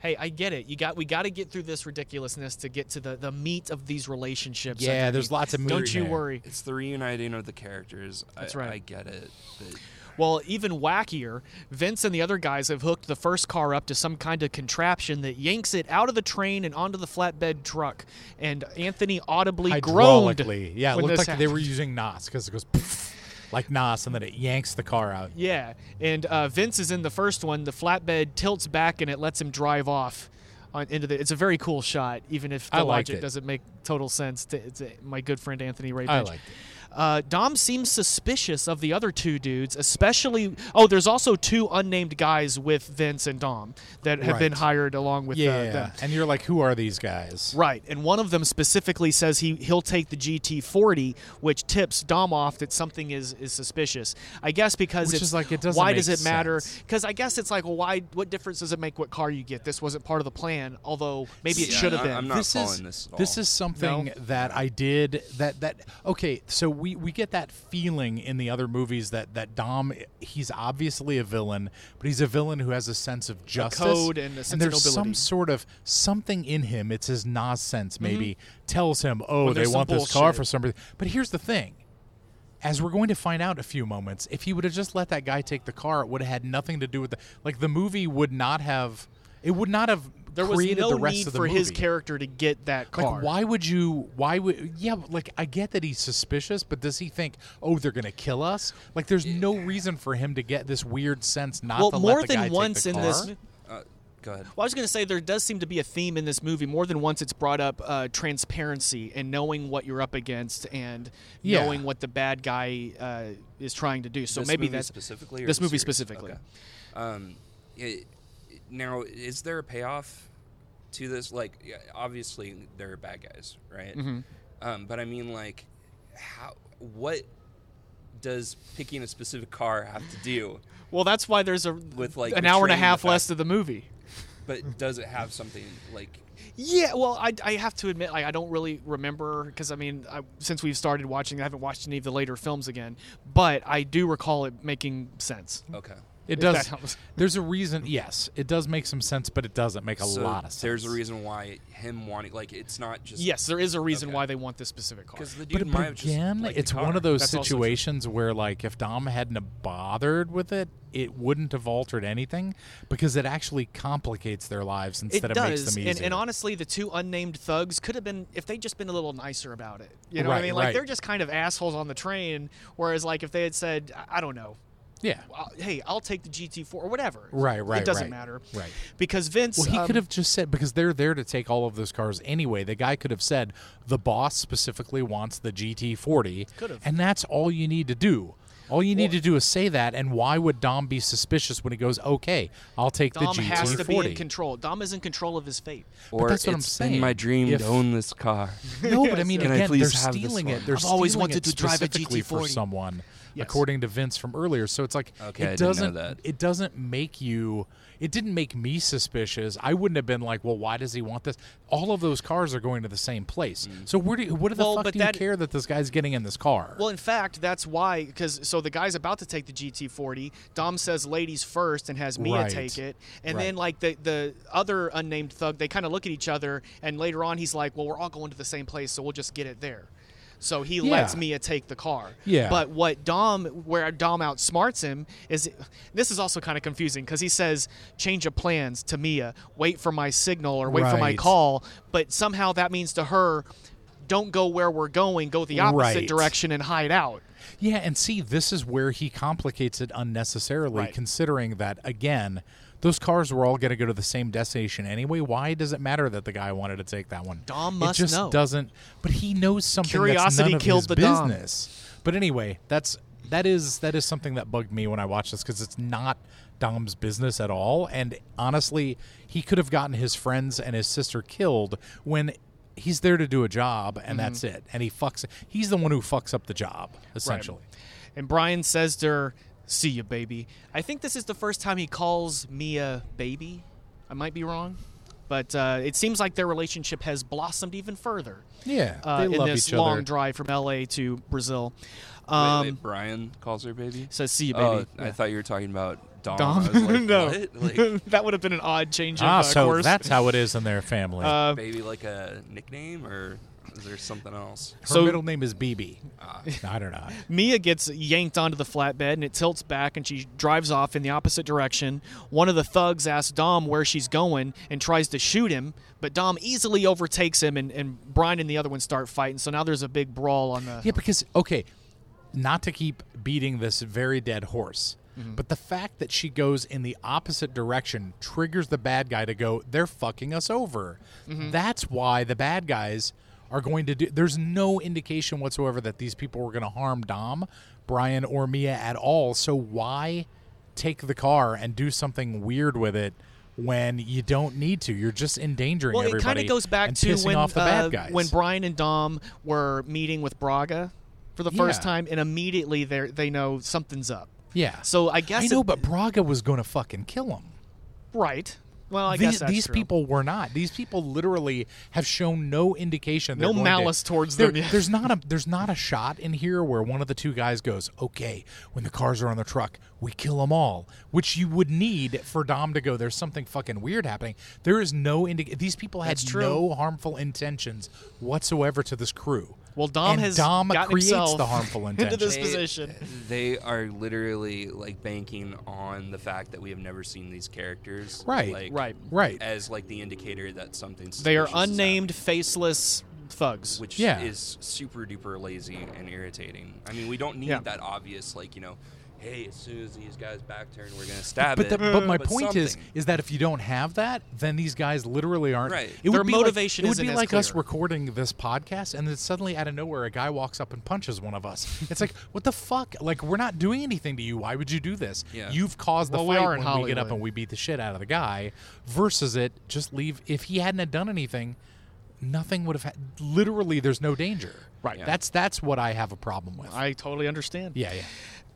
[SPEAKER 1] hey, I get it. You got we got to get through this ridiculousness to get to the the meat of these relationships.
[SPEAKER 2] Yeah, there's
[SPEAKER 1] underneath.
[SPEAKER 2] lots of meat
[SPEAKER 1] Don't you
[SPEAKER 2] there.
[SPEAKER 1] worry.
[SPEAKER 3] it's the reuniting of the characters.
[SPEAKER 1] That's
[SPEAKER 3] I,
[SPEAKER 1] right.
[SPEAKER 3] I get it. but
[SPEAKER 1] Well, even wackier, Vince and the other guys have hooked the first car up to some kind of contraption that yanks it out of the train and onto the flatbed truck. And Anthony audibly groaned.
[SPEAKER 2] Hydraulically. Yeah, it
[SPEAKER 1] when
[SPEAKER 2] looked
[SPEAKER 1] this
[SPEAKER 2] like they
[SPEAKER 1] happened.
[SPEAKER 2] were using NOS because it goes poof, like NOS and then it yanks the car out.
[SPEAKER 1] Yeah, and uh, Vince is in the first one. The flatbed tilts back and it lets him drive off on into the. It's a very cool shot, even if the
[SPEAKER 2] I liked
[SPEAKER 1] logic
[SPEAKER 2] it.
[SPEAKER 1] doesn't make total sense to, to my good friend Anthony Ray.
[SPEAKER 2] I
[SPEAKER 1] Pinch.
[SPEAKER 2] liked it.
[SPEAKER 1] Uh, Dom seems suspicious of the other two dudes, especially. Oh, there's also two unnamed guys with Vince and Dom that have been
[SPEAKER 2] Right.
[SPEAKER 1] hired along with uh,
[SPEAKER 2] Yeah,
[SPEAKER 1] them.
[SPEAKER 2] and you're like, who are these guys?
[SPEAKER 1] Right, and one of them specifically says he he'll take the GT40, which tips Dom off that something is is suspicious. I guess because
[SPEAKER 2] Which
[SPEAKER 1] it's
[SPEAKER 2] is like, it doesn't
[SPEAKER 1] why
[SPEAKER 2] make
[SPEAKER 1] does it matter?
[SPEAKER 2] sense.
[SPEAKER 1] Because I guess it's like, well, why? What difference does it make what car you get? This wasn't part of the plan, although maybe it
[SPEAKER 3] Yeah,
[SPEAKER 1] should have
[SPEAKER 3] I-
[SPEAKER 1] been.
[SPEAKER 3] I'm not following
[SPEAKER 2] is
[SPEAKER 3] this at all.
[SPEAKER 2] is something
[SPEAKER 1] No?
[SPEAKER 2] that I did that that okay. So we we get that feeling in the other movies that that Dom he's obviously a villain, but he's a villain who has a sense of justice,
[SPEAKER 1] code and a sense of
[SPEAKER 2] there's
[SPEAKER 1] nobility. Mm-hmm.
[SPEAKER 2] some sort of something in him. It's his Nas sense maybe tells him, oh, they
[SPEAKER 1] there's some
[SPEAKER 2] want this car
[SPEAKER 1] bullshit.
[SPEAKER 2] for some reason. But here's the thing. As we're going to find out in a few moments, if he would have just let that guy take the car, it would have had nothing to do with the like the movie would not have it would not have
[SPEAKER 1] there was
[SPEAKER 2] created
[SPEAKER 1] no
[SPEAKER 2] the rest
[SPEAKER 1] need
[SPEAKER 2] of the
[SPEAKER 1] for his
[SPEAKER 2] movie.
[SPEAKER 1] character to get that car.
[SPEAKER 2] Like, why would you? Why would? Yeah, but, like I get that he's suspicious, but does he think, oh, they're gonna kill us? Like, there's no reason for him to get this weird sense not
[SPEAKER 1] Well,
[SPEAKER 2] to
[SPEAKER 1] more
[SPEAKER 2] let the guy
[SPEAKER 1] than
[SPEAKER 2] take
[SPEAKER 1] once
[SPEAKER 2] the
[SPEAKER 1] in this.
[SPEAKER 2] car?
[SPEAKER 3] Uh, go ahead.
[SPEAKER 1] Well, I was going to say there does seem to be a theme in this movie. More than once, it's brought up uh, transparency and knowing what you're up against and
[SPEAKER 2] Yeah.
[SPEAKER 1] knowing what the bad guy uh, is trying to do. So
[SPEAKER 3] this
[SPEAKER 1] maybe
[SPEAKER 3] movie
[SPEAKER 1] that's
[SPEAKER 3] specifically. Or
[SPEAKER 1] this
[SPEAKER 3] the
[SPEAKER 1] movie
[SPEAKER 3] series?
[SPEAKER 1] specifically.
[SPEAKER 3] Okay. Um, it- now, is there a payoff to this? Like, yeah, obviously, there are bad guys, right?
[SPEAKER 2] Mm-hmm.
[SPEAKER 3] Um, but I mean, like, how? What does picking a specific car have to do?
[SPEAKER 1] Well, that's why there's a
[SPEAKER 3] With, like,
[SPEAKER 1] an hour and a
[SPEAKER 3] betraying the
[SPEAKER 1] half
[SPEAKER 3] fact-
[SPEAKER 1] less of the movie.
[SPEAKER 3] But does it have something like?
[SPEAKER 1] Yeah, well, I, I have to admit, like, I don't really remember because I mean, I, since we've started watching, I haven't watched any of the later films again. But I do recall it making sense.
[SPEAKER 3] Okay.
[SPEAKER 2] It
[SPEAKER 1] that
[SPEAKER 2] does.
[SPEAKER 1] helps.
[SPEAKER 2] There's a reason. Yes, it does make some sense, but it doesn't make a
[SPEAKER 3] so
[SPEAKER 2] lot of sense.
[SPEAKER 3] There's a reason why him wanting, like, it's not just
[SPEAKER 1] Yes, there is a reason
[SPEAKER 3] Okay.
[SPEAKER 1] why they want this specific car.
[SPEAKER 3] Because the dude
[SPEAKER 2] But, but
[SPEAKER 3] might have just
[SPEAKER 2] again,
[SPEAKER 3] liked the
[SPEAKER 2] it's one
[SPEAKER 3] car.
[SPEAKER 2] of those
[SPEAKER 1] That's also true.
[SPEAKER 2] situations where, like, if Dom hadn't have bothered with it, it wouldn't have altered anything because it actually complicates their lives
[SPEAKER 1] it
[SPEAKER 2] instead of
[SPEAKER 1] does,
[SPEAKER 2] makes them
[SPEAKER 1] and,
[SPEAKER 2] easier.
[SPEAKER 1] and honestly, the two unnamed thugs could have been if they'd just been a little nicer about it. You know what I
[SPEAKER 2] Right,
[SPEAKER 1] mean? Like
[SPEAKER 2] right.
[SPEAKER 1] they're just kind of assholes on the train. Whereas, like if they had said, I- I don't know,
[SPEAKER 2] yeah.
[SPEAKER 1] I'll- hey, I'll take the GT4 or whatever.
[SPEAKER 2] Right, right,
[SPEAKER 1] It doesn't
[SPEAKER 2] right,
[SPEAKER 1] matter.
[SPEAKER 2] right.
[SPEAKER 1] Because Vince.
[SPEAKER 2] Well, he
[SPEAKER 1] um,
[SPEAKER 2] could have just said because they're there to take all of those cars anyway. The guy could have said the boss specifically wants the GT40,
[SPEAKER 1] Could've.
[SPEAKER 2] and that's all you need to do. All you need to do is say that. And why would Dom be suspicious when he goes, "Okay, I'll take
[SPEAKER 1] Dom
[SPEAKER 2] the GT40"?
[SPEAKER 1] has to be in control. Dom is in control of his fate.
[SPEAKER 3] Or
[SPEAKER 2] that's what I'm
[SPEAKER 3] it's
[SPEAKER 2] saying.
[SPEAKER 3] been my dream
[SPEAKER 2] If- Mhm.
[SPEAKER 3] to own this car.
[SPEAKER 2] no, but I mean,
[SPEAKER 3] Can I
[SPEAKER 2] again,
[SPEAKER 3] please
[SPEAKER 2] they're
[SPEAKER 3] have this
[SPEAKER 2] stealing
[SPEAKER 3] one?
[SPEAKER 2] it. They're
[SPEAKER 1] I've always
[SPEAKER 2] stealing
[SPEAKER 1] wanted
[SPEAKER 2] it
[SPEAKER 1] to drive a
[SPEAKER 2] specifically for
[SPEAKER 1] GT40.
[SPEAKER 2] someone,
[SPEAKER 1] Yes.
[SPEAKER 2] according to Vince from earlier. So it's like
[SPEAKER 3] Okay, I
[SPEAKER 2] it
[SPEAKER 3] didn't know
[SPEAKER 2] doesn't.
[SPEAKER 3] that.
[SPEAKER 2] It doesn't make you. It didn't make me suspicious. I wouldn't have been like, well, why does he want this? All of those cars are going to the same place. So where do you, what the
[SPEAKER 1] Well,
[SPEAKER 2] fuck
[SPEAKER 1] but
[SPEAKER 2] do
[SPEAKER 1] that-
[SPEAKER 2] you care Mm. that this guy's getting in this car?
[SPEAKER 1] Well, in fact, that's why because so the guy's about to take the GT40. Dom says ladies first and has Mia
[SPEAKER 2] Right.
[SPEAKER 1] take it, and
[SPEAKER 2] Right.
[SPEAKER 1] then like the the other unnamed thug, they kind of look at each other, and later on he's like, "Well, we're all going to the same place, so we'll just get it there." So he lets
[SPEAKER 2] Yeah.
[SPEAKER 1] Mia take the car.
[SPEAKER 2] Yeah.
[SPEAKER 1] But what Dom, where Dom outsmarts him, is this is also kind of confusing because he says, change of plans to Mia, wait for my signal or wait for my
[SPEAKER 2] Right.
[SPEAKER 1] call. But somehow that means to her, don't go where we're going, go the opposite
[SPEAKER 2] Right.
[SPEAKER 1] direction and hide out.
[SPEAKER 2] Yeah, and see, this is where he complicates it unnecessarily,
[SPEAKER 1] Right.
[SPEAKER 2] considering that, again, those cars were all going to go to the same destination anyway. Why does it matter that the guy wanted to take that one?
[SPEAKER 1] Dom must
[SPEAKER 2] it just
[SPEAKER 1] know.
[SPEAKER 2] doesn't. But he knows something. that's
[SPEAKER 1] Curiosity
[SPEAKER 2] none of
[SPEAKER 1] killed
[SPEAKER 2] his
[SPEAKER 1] the Dom.
[SPEAKER 2] business. But anyway, that's that is that is something that bugged me when I watched this because it's not Dom's business at all. And honestly, he could have gotten his friends and his sister killed when. He's there to do a job, and that's it. And he fucks. He's the one who fucks up the job, essentially.
[SPEAKER 1] And Brian says to her, see you, baby. I think this is the first time he calls Mia baby. I might be wrong. But uh, it seems like their relationship has blossomed even further.
[SPEAKER 2] Yeah,
[SPEAKER 1] uh,
[SPEAKER 2] they
[SPEAKER 1] in
[SPEAKER 2] love
[SPEAKER 1] this
[SPEAKER 2] each
[SPEAKER 1] long
[SPEAKER 2] other.
[SPEAKER 1] drive from LA to Brazil.
[SPEAKER 3] Wait,
[SPEAKER 1] Um,
[SPEAKER 3] wait, Brian calls her baby.
[SPEAKER 1] Says, "See you,
[SPEAKER 3] Oh,
[SPEAKER 1] baby."
[SPEAKER 3] I thought you were talking about Dom.
[SPEAKER 1] Dom?
[SPEAKER 3] I was like,
[SPEAKER 1] no,
[SPEAKER 3] what? Like,
[SPEAKER 1] that would have been an odd change of
[SPEAKER 2] ah,
[SPEAKER 1] uh,
[SPEAKER 2] so
[SPEAKER 1] course.
[SPEAKER 2] that's how it is in their family.
[SPEAKER 1] Uh,
[SPEAKER 3] baby, like a nickname or? Is there something else?
[SPEAKER 2] Her
[SPEAKER 1] So-
[SPEAKER 2] middle name is BB. I don't know.
[SPEAKER 1] Mia gets yanked onto the flatbed and it tilts back and she drives off in the opposite direction. One of the thugs asks Dom where she's going and tries to shoot him, but Dom easily overtakes him and, and Brian and the other one start fighting. So now there's a big brawl on the.
[SPEAKER 2] Yeah, because okay, not to keep beating this very dead horse,
[SPEAKER 1] Mm-hmm.
[SPEAKER 2] but the fact that she goes in the opposite direction triggers the bad guy to go, they're fucking us over.
[SPEAKER 1] Mm-hmm.
[SPEAKER 2] That's why the bad guys are going to do there's no indication whatsoever that these people were going to harm Dom, Brian or Mia at all. So why take the car and do something weird with it? When you don't need to, you're just endangering
[SPEAKER 1] Well, it
[SPEAKER 2] everybody.
[SPEAKER 1] kind of goes back
[SPEAKER 2] and
[SPEAKER 1] to
[SPEAKER 2] pissing
[SPEAKER 1] when
[SPEAKER 2] off the
[SPEAKER 1] uh,
[SPEAKER 2] bad guys.
[SPEAKER 1] when Brian and Dom were meeting with Braga for the first
[SPEAKER 2] Yeah.
[SPEAKER 1] time, and immediately they they know something's up.
[SPEAKER 2] yeah,
[SPEAKER 1] So I guess
[SPEAKER 2] I know,
[SPEAKER 1] it-
[SPEAKER 2] but Braga was going to fucking kill him.
[SPEAKER 1] right. Well, I guess
[SPEAKER 2] these
[SPEAKER 1] that's
[SPEAKER 2] these
[SPEAKER 1] true.
[SPEAKER 2] people were not. These people literally have shown no indication.
[SPEAKER 1] No
[SPEAKER 2] they're going
[SPEAKER 1] malice
[SPEAKER 2] to,
[SPEAKER 1] towards
[SPEAKER 2] There-
[SPEAKER 1] them, yeah.
[SPEAKER 2] There's not a there's not a shot in here where one of the two guys goes, "Okay, when the cars are on the truck, we kill them all," which you would need for Dom to go. There's something fucking weird happening. There is no indic. These people had
[SPEAKER 1] That's true.
[SPEAKER 2] no harmful intentions whatsoever to this crew.
[SPEAKER 1] Well, Dom
[SPEAKER 2] and
[SPEAKER 1] has
[SPEAKER 2] Dom
[SPEAKER 1] gotten
[SPEAKER 2] creates
[SPEAKER 1] himself
[SPEAKER 2] the harmful
[SPEAKER 1] into
[SPEAKER 2] intention.
[SPEAKER 1] this
[SPEAKER 3] They-
[SPEAKER 1] position.
[SPEAKER 3] They are literally like banking on the fact that we have never seen these characters.
[SPEAKER 2] Right.
[SPEAKER 3] Like,
[SPEAKER 1] Right.
[SPEAKER 2] right.
[SPEAKER 3] As like the indicator that something's.
[SPEAKER 1] They are unnamed, faceless thugs.
[SPEAKER 3] which
[SPEAKER 2] Yeah.
[SPEAKER 3] is super duper lazy and irritating. I mean, we don't need
[SPEAKER 1] Yeah.
[SPEAKER 3] that obvious like you know, hey, as soon as these guys back turn, we're gonna stab
[SPEAKER 2] But,
[SPEAKER 3] it.
[SPEAKER 2] the, but
[SPEAKER 1] Mm,
[SPEAKER 2] my point is,
[SPEAKER 3] something.
[SPEAKER 2] is that if you don't have that, then these guys literally aren't.
[SPEAKER 3] Right.
[SPEAKER 2] It
[SPEAKER 1] Their
[SPEAKER 2] would be
[SPEAKER 1] motivation
[SPEAKER 2] Like, it would
[SPEAKER 1] isn't
[SPEAKER 2] be
[SPEAKER 1] as
[SPEAKER 2] like us
[SPEAKER 1] clear.
[SPEAKER 2] recording this podcast, and then suddenly out of nowhere, a guy walks up and punches one of us. It's like, what the fuck? Like, we're not doing anything to you. Why would you do this?
[SPEAKER 3] Yeah.
[SPEAKER 2] You've caused the
[SPEAKER 1] Well, we
[SPEAKER 2] fight
[SPEAKER 1] are in
[SPEAKER 2] when we get up
[SPEAKER 1] Hollywood.
[SPEAKER 2] and we beat the shit out of the guy. Versus it, just leave. If he hadn't have done anything, nothing would have. Ha- literally, there's no danger.
[SPEAKER 1] Right.
[SPEAKER 3] Yeah.
[SPEAKER 2] That's that's what I have a problem with.
[SPEAKER 1] I totally understand.
[SPEAKER 2] yeah. Yeah.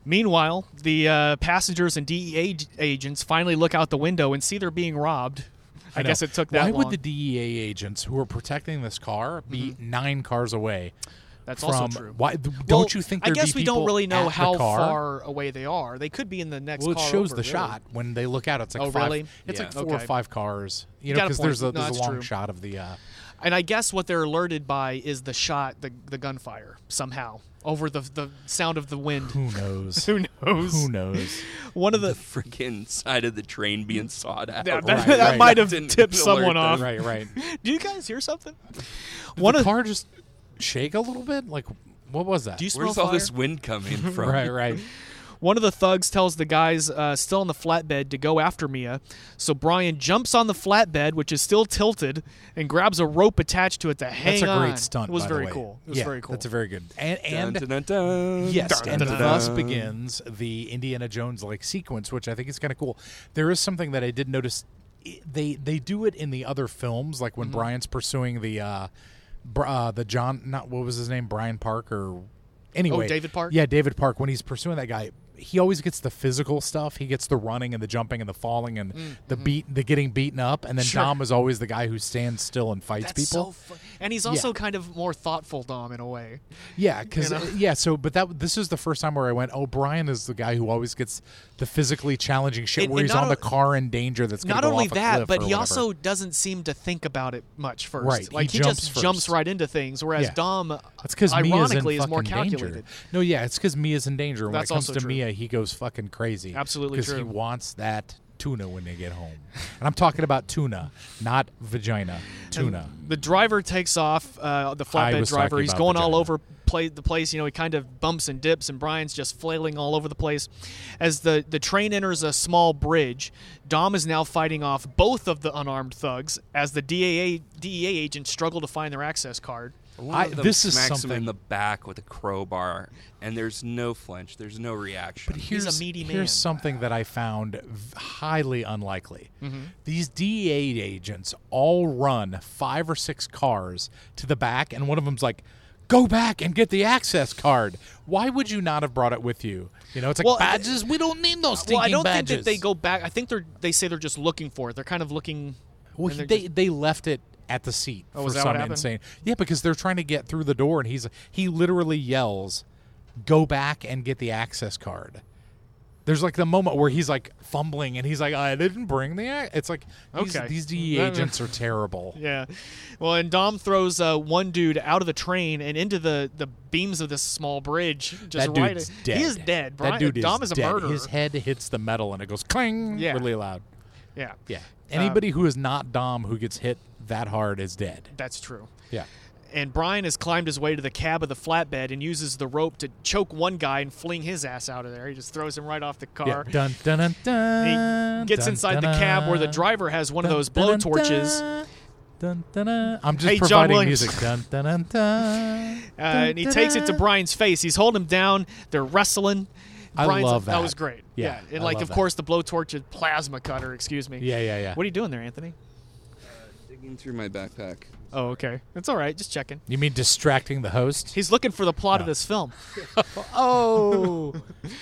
[SPEAKER 1] Meanwhile, the uh, passengers and DEA ag- agents finally look out the window and see they're being robbed. I,
[SPEAKER 2] know.
[SPEAKER 1] guess it took that
[SPEAKER 2] Why
[SPEAKER 1] long. Mm-hmm.
[SPEAKER 2] would the E DEA agents who are protecting this car be nine cars away?
[SPEAKER 1] That's
[SPEAKER 2] from,
[SPEAKER 1] also true.
[SPEAKER 2] Why th- don't
[SPEAKER 1] Well,
[SPEAKER 2] you think?
[SPEAKER 1] I
[SPEAKER 2] there'd
[SPEAKER 1] guess
[SPEAKER 2] be
[SPEAKER 1] we don't
[SPEAKER 2] people
[SPEAKER 1] really know
[SPEAKER 2] at the
[SPEAKER 1] how
[SPEAKER 2] car?
[SPEAKER 1] far away they are. They could be in the next.
[SPEAKER 2] Well, it
[SPEAKER 1] car
[SPEAKER 2] shows
[SPEAKER 1] over,
[SPEAKER 2] the
[SPEAKER 1] really.
[SPEAKER 2] shot when they look out. It's like
[SPEAKER 1] Oh,
[SPEAKER 2] five,
[SPEAKER 1] really?
[SPEAKER 2] It's
[SPEAKER 3] Yeah.
[SPEAKER 2] like four
[SPEAKER 1] Okay.
[SPEAKER 2] or five cars. You
[SPEAKER 1] You
[SPEAKER 2] know,
[SPEAKER 1] got a
[SPEAKER 2] because there's a
[SPEAKER 1] point. No,
[SPEAKER 2] there's a
[SPEAKER 1] that's
[SPEAKER 2] long
[SPEAKER 1] true.
[SPEAKER 2] shot of the. Uh,
[SPEAKER 1] And I guess what they're alerted by is the shot, the the gunfire somehow over the the sound of the wind.
[SPEAKER 2] who knows?
[SPEAKER 1] Who knows?
[SPEAKER 2] Who knows?
[SPEAKER 1] One of the.
[SPEAKER 3] freaking side of the train being sawed out.
[SPEAKER 1] that
[SPEAKER 2] Right,
[SPEAKER 1] that
[SPEAKER 2] right.
[SPEAKER 1] might have
[SPEAKER 3] Didn't
[SPEAKER 1] tipped someone
[SPEAKER 3] alert
[SPEAKER 1] off.
[SPEAKER 2] right, right.
[SPEAKER 1] Do you guys hear something?
[SPEAKER 2] One
[SPEAKER 1] One
[SPEAKER 2] the
[SPEAKER 1] of
[SPEAKER 2] car just shake a little bit. Like, what was that?
[SPEAKER 1] do you smell
[SPEAKER 3] Where's all
[SPEAKER 1] fire?
[SPEAKER 3] this wind coming from?
[SPEAKER 2] right, right.
[SPEAKER 1] One of the thugs tells the guys uh, still on the flatbed to go after Mia. So Brian jumps on the flatbed, which is still tilted, and grabs a rope attached to it to hang
[SPEAKER 2] That's a
[SPEAKER 1] on.
[SPEAKER 2] great stunt.
[SPEAKER 1] It was
[SPEAKER 2] by the
[SPEAKER 1] very
[SPEAKER 2] way.
[SPEAKER 1] cool. It was
[SPEAKER 2] Yeah,
[SPEAKER 1] very cool.
[SPEAKER 2] That's a very good and and
[SPEAKER 3] Dun, dun, dun, dun.
[SPEAKER 2] Yes,
[SPEAKER 3] Dun,
[SPEAKER 2] and
[SPEAKER 3] dun,
[SPEAKER 1] Uh,
[SPEAKER 2] thus
[SPEAKER 3] dun.
[SPEAKER 2] begins the Indiana Jones like sequence, which I think is kind of cool. There is something that I did notice. i- They they do it in the other films, like
[SPEAKER 1] Mm-hmm.
[SPEAKER 2] when Brian's pursuing the uh, Br- uh, the John not what was his name Brian Park or anyway
[SPEAKER 1] Oh, David Park?
[SPEAKER 2] Yeah, David Park. When he's pursuing that guy, he always gets the physical stuff. He gets the running and the jumping and the falling and the beat the getting beaten up. And then
[SPEAKER 1] Mm, mm-hmm. Sure.
[SPEAKER 2] Dom is always the guy who stands still and fights
[SPEAKER 1] That's
[SPEAKER 2] people.
[SPEAKER 1] so fu- and he's also kind of more thoughtful, Dom, in a way.
[SPEAKER 2] Yeah, because
[SPEAKER 1] know?
[SPEAKER 2] yeah. So, but that this is the first time where I went. Oh, Brian is the guy who always gets the physically challenging shit,
[SPEAKER 1] And-
[SPEAKER 2] where
[SPEAKER 1] and
[SPEAKER 2] he's
[SPEAKER 1] not
[SPEAKER 2] on the
[SPEAKER 1] o-
[SPEAKER 2] car in danger. That's gonna
[SPEAKER 1] Not
[SPEAKER 2] go
[SPEAKER 1] only
[SPEAKER 2] off a
[SPEAKER 1] that,
[SPEAKER 2] cliff
[SPEAKER 1] but
[SPEAKER 2] or
[SPEAKER 1] he
[SPEAKER 2] whatever.
[SPEAKER 1] also doesn't seem to think about it much first.
[SPEAKER 2] Right, he
[SPEAKER 1] Like he,
[SPEAKER 2] jumps
[SPEAKER 1] just
[SPEAKER 2] first.
[SPEAKER 1] jumps right into things, whereas
[SPEAKER 2] Yeah.
[SPEAKER 1] Dom,
[SPEAKER 2] that's because
[SPEAKER 1] ironically,
[SPEAKER 2] Mia's
[SPEAKER 1] is
[SPEAKER 2] in
[SPEAKER 1] more
[SPEAKER 2] fucking danger.
[SPEAKER 1] calculated.
[SPEAKER 2] No, yeah, it's because Mia's in danger. When
[SPEAKER 1] That's
[SPEAKER 2] it comes
[SPEAKER 1] also
[SPEAKER 2] to
[SPEAKER 1] true.
[SPEAKER 2] Mia, he goes fucking crazy.
[SPEAKER 1] Absolutely
[SPEAKER 2] because he
[SPEAKER 1] true.
[SPEAKER 2] wants that tuna when they get home, and I'm talking about tuna, not vagina, tuna.
[SPEAKER 1] The driver takes off. Uh, the
[SPEAKER 2] I
[SPEAKER 1] flatbed
[SPEAKER 2] was
[SPEAKER 1] driver.
[SPEAKER 2] talking
[SPEAKER 1] He's
[SPEAKER 2] about
[SPEAKER 1] going all
[SPEAKER 2] vagina.
[SPEAKER 1] over play, the place. You know, he kind of bumps and dips, and Brian's just flailing all over the place. As the the train enters a small bridge, Dom is now fighting off both of the unarmed thugs as the DAA DEA agents E struggle to find their access card.
[SPEAKER 3] One
[SPEAKER 2] I-
[SPEAKER 3] of them
[SPEAKER 2] this is
[SPEAKER 3] smacks him
[SPEAKER 2] something-
[SPEAKER 3] in the back with a crowbar, and there's no flinch. There's no reaction.
[SPEAKER 1] He's a meaty man.
[SPEAKER 2] Here's something that I found v- highly unlikely.
[SPEAKER 1] Mm-hmm.
[SPEAKER 2] These DEA agents all run five or six cars to the back, and one of them's like, "Go back and get the access card." Why would you not have brought it with you? You know, it's like
[SPEAKER 1] Well,
[SPEAKER 2] badges. We don't need those stinking
[SPEAKER 1] Well, I don't
[SPEAKER 2] badges.
[SPEAKER 1] think that they go back. I think they're they say they're just looking for it. They're kind of looking.
[SPEAKER 2] Well,
[SPEAKER 1] and they're
[SPEAKER 2] they they left it at the seat for
[SPEAKER 1] was that what
[SPEAKER 2] some
[SPEAKER 1] happened?
[SPEAKER 2] insane. Yeah, because they're trying to get through the door, and he's he literally yells, "Go back and get the access card." There's like the moment where he's like fumbling and he's like, I didn't bring the. ac-" It's like these,
[SPEAKER 1] Okay.
[SPEAKER 2] these DE
[SPEAKER 1] That-
[SPEAKER 2] agents are terrible.
[SPEAKER 1] Yeah. Well, and Dom throws uh, one dude out of the train and into the, the beams of this small bridge. Just
[SPEAKER 2] that
[SPEAKER 1] right
[SPEAKER 2] dude's dead.
[SPEAKER 1] He is dead. Brian,
[SPEAKER 2] that dude
[SPEAKER 1] Dom
[SPEAKER 2] is,
[SPEAKER 1] is, a
[SPEAKER 2] dead.
[SPEAKER 1] murderer.
[SPEAKER 2] His head hits the metal and it goes clang
[SPEAKER 1] Yeah. Um,
[SPEAKER 2] really loud.
[SPEAKER 1] yeah.
[SPEAKER 2] Yeah. Anybody who is not Dom who gets hit that hard is dead.
[SPEAKER 1] That's true.
[SPEAKER 2] Yeah.
[SPEAKER 1] And Brian has climbed his way to the cab of the flatbed and uses the rope to choke one guy and fling his ass out of there. He just throws him right off the
[SPEAKER 2] yeah.
[SPEAKER 1] car.
[SPEAKER 2] Dun, dun, dun, dun,
[SPEAKER 1] He gets
[SPEAKER 2] dun,
[SPEAKER 1] inside the
[SPEAKER 2] dun,
[SPEAKER 1] cab where the
[SPEAKER 2] dun,
[SPEAKER 1] driver has one of
[SPEAKER 2] dun,
[SPEAKER 1] those
[SPEAKER 2] dun, dun,
[SPEAKER 1] blowtorches.
[SPEAKER 2] dun, dun, dun, dun. I'm just
[SPEAKER 1] Hey, John
[SPEAKER 2] providing
[SPEAKER 1] Williams.
[SPEAKER 2] music. Dun, dun, dun, dun,
[SPEAKER 1] Uh, and he takes it to Brian's face. He's holding him down. They're wrestling.
[SPEAKER 2] I
[SPEAKER 1] Brian's
[SPEAKER 2] love
[SPEAKER 1] that.
[SPEAKER 2] that.
[SPEAKER 1] was great.
[SPEAKER 2] Yeah,
[SPEAKER 1] And
[SPEAKER 2] I
[SPEAKER 1] like,
[SPEAKER 2] love
[SPEAKER 1] of
[SPEAKER 2] that.
[SPEAKER 1] course, the blowtorch is plasma cutter. Excuse me.
[SPEAKER 2] Yeah, yeah, yeah.
[SPEAKER 1] What are you doing there, Anthony?
[SPEAKER 3] Digging through my backpack.
[SPEAKER 1] Oh, okay. It's all right. Just checking.
[SPEAKER 2] You mean distracting the host?
[SPEAKER 1] He's looking for the plot of this film.
[SPEAKER 2] Oh,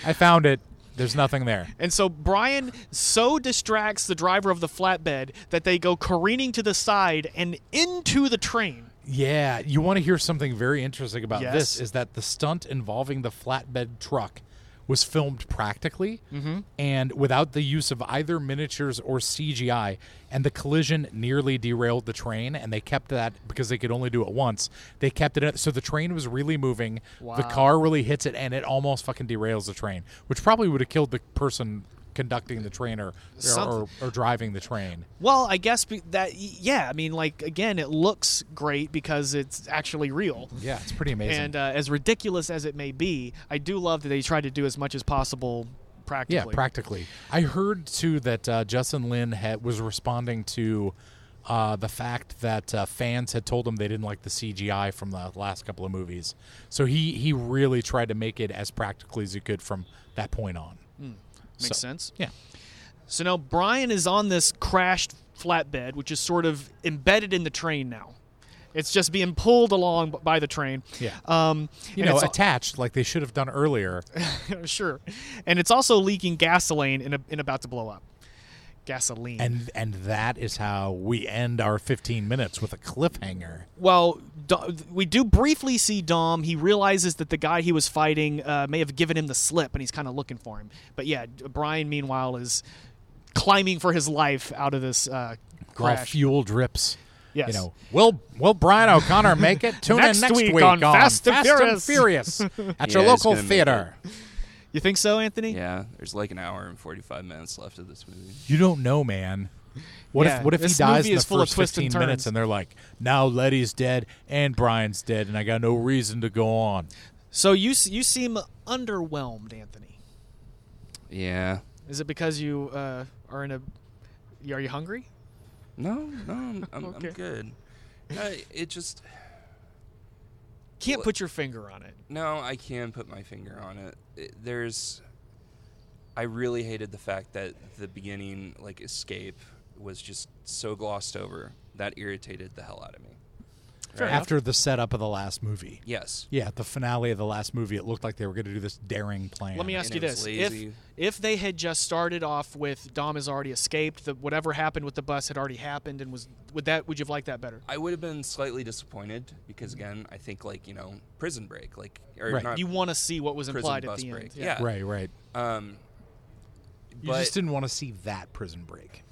[SPEAKER 2] I found it. There's nothing there.
[SPEAKER 1] And so Brian so distracts the driver of the flatbed that they go careening to the side and into the train.
[SPEAKER 2] Yeah, you want to hear something very interesting about
[SPEAKER 1] Yes.
[SPEAKER 2] this is that the stunt involving the flatbed truck was filmed practically
[SPEAKER 1] Mm-hmm.
[SPEAKER 2] and without the use of either miniatures or CGI and the collision nearly derailed the train and they kept that because they could only do it once. They kept it so the train was really moving, the car really hits it and it almost fucking derails the train, which probably would have killed the person conducting the train or or, or,
[SPEAKER 1] Something.
[SPEAKER 2] or driving the train.
[SPEAKER 1] Well, I guess be- that yeah. I mean, like again, it looks great because it's actually real.
[SPEAKER 2] Yeah, it's pretty amazing.
[SPEAKER 1] And uh, as ridiculous as it may be, I do love that they try to do as much as possible
[SPEAKER 2] Yeah,
[SPEAKER 1] practically.
[SPEAKER 2] practically. I heard too that uh, Justin Lin had, was responding to uh, the fact that uh, fans had told him they didn't like the CGI from the last couple of movies, so he he really tried to make it as practically as he could from that point on.
[SPEAKER 1] Makes sense.
[SPEAKER 2] Yeah,
[SPEAKER 1] So now Brian is on this crashed flatbed, which is sort of embedded in the train now. It's just being pulled along b- by the train.
[SPEAKER 2] Yeah.
[SPEAKER 1] Um,
[SPEAKER 2] you
[SPEAKER 1] and
[SPEAKER 2] know,
[SPEAKER 1] it's-
[SPEAKER 2] attached like they should have done earlier.
[SPEAKER 1] sure. And it's also leaking gasoline and, and about to blow up. Gasoline.
[SPEAKER 2] And and that is how we end our 15 minutes with a cliffhanger.
[SPEAKER 1] well, Do- we do briefly see Dom. He realizes that the guy he was fighting uh, may have given him the slip, and he's kind of looking for him. But yeah, Brian, meanwhile, is climbing for his life out of this uh,
[SPEAKER 2] While
[SPEAKER 1] crash.
[SPEAKER 2] fuel drips.
[SPEAKER 1] Yes.
[SPEAKER 2] You know, will will Brian O'Connor make it? Tune
[SPEAKER 1] Next
[SPEAKER 2] in next
[SPEAKER 1] week
[SPEAKER 2] week,
[SPEAKER 1] on Fast and
[SPEAKER 2] Furious at your
[SPEAKER 3] Yeah, he's
[SPEAKER 2] local
[SPEAKER 3] gonna make
[SPEAKER 2] theater.
[SPEAKER 1] you think so, Anthony?
[SPEAKER 3] Yeah, there's like an hour and 45 minutes left of this movie.
[SPEAKER 2] You don't know, man. What
[SPEAKER 1] Yeah,
[SPEAKER 2] if what if he
[SPEAKER 1] this
[SPEAKER 2] dies
[SPEAKER 1] movie
[SPEAKER 2] in the
[SPEAKER 1] is full of
[SPEAKER 2] first
[SPEAKER 1] twists and
[SPEAKER 2] 15 minutes
[SPEAKER 1] turns.
[SPEAKER 2] and they're like, now Letty's dead and Brian's dead and I got no reason to go on.
[SPEAKER 1] So you s- you seem underwhelmed, Anthony.
[SPEAKER 3] Yeah.
[SPEAKER 1] Is it because you uh, are in a? Are you hungry?
[SPEAKER 3] No, no, I'm, I'm,
[SPEAKER 1] Okay.
[SPEAKER 3] I'm good. No, it just
[SPEAKER 1] Can't
[SPEAKER 3] Well-
[SPEAKER 1] put your finger on it.
[SPEAKER 3] no, I can put my finger on it. It- There's, I really hated the fact that the beginning like escape was just so glossed over. That irritated the hell out of me. Right.
[SPEAKER 2] After the setup of the last movie.
[SPEAKER 3] Yes.
[SPEAKER 2] Yeah, at the finale of the last movie, it looked like they were going to do this daring plan.
[SPEAKER 1] Let me ask
[SPEAKER 3] And
[SPEAKER 1] you
[SPEAKER 3] it was
[SPEAKER 1] this: if
[SPEAKER 3] lazy.
[SPEAKER 1] if they had just started off with Dom has already escaped, the, whatever happened with the bus had already happened, and was would that would you have liked that better?
[SPEAKER 3] I would have been slightly disappointed because again, I think like you know, prison break, like or
[SPEAKER 2] Right.
[SPEAKER 3] not
[SPEAKER 1] You want to see what was
[SPEAKER 3] prison
[SPEAKER 1] implied at
[SPEAKER 3] bus
[SPEAKER 1] the end.
[SPEAKER 3] break. Yeah.
[SPEAKER 2] Right, right.
[SPEAKER 3] Um,
[SPEAKER 2] You
[SPEAKER 3] but
[SPEAKER 2] just didn't want to see that prison break.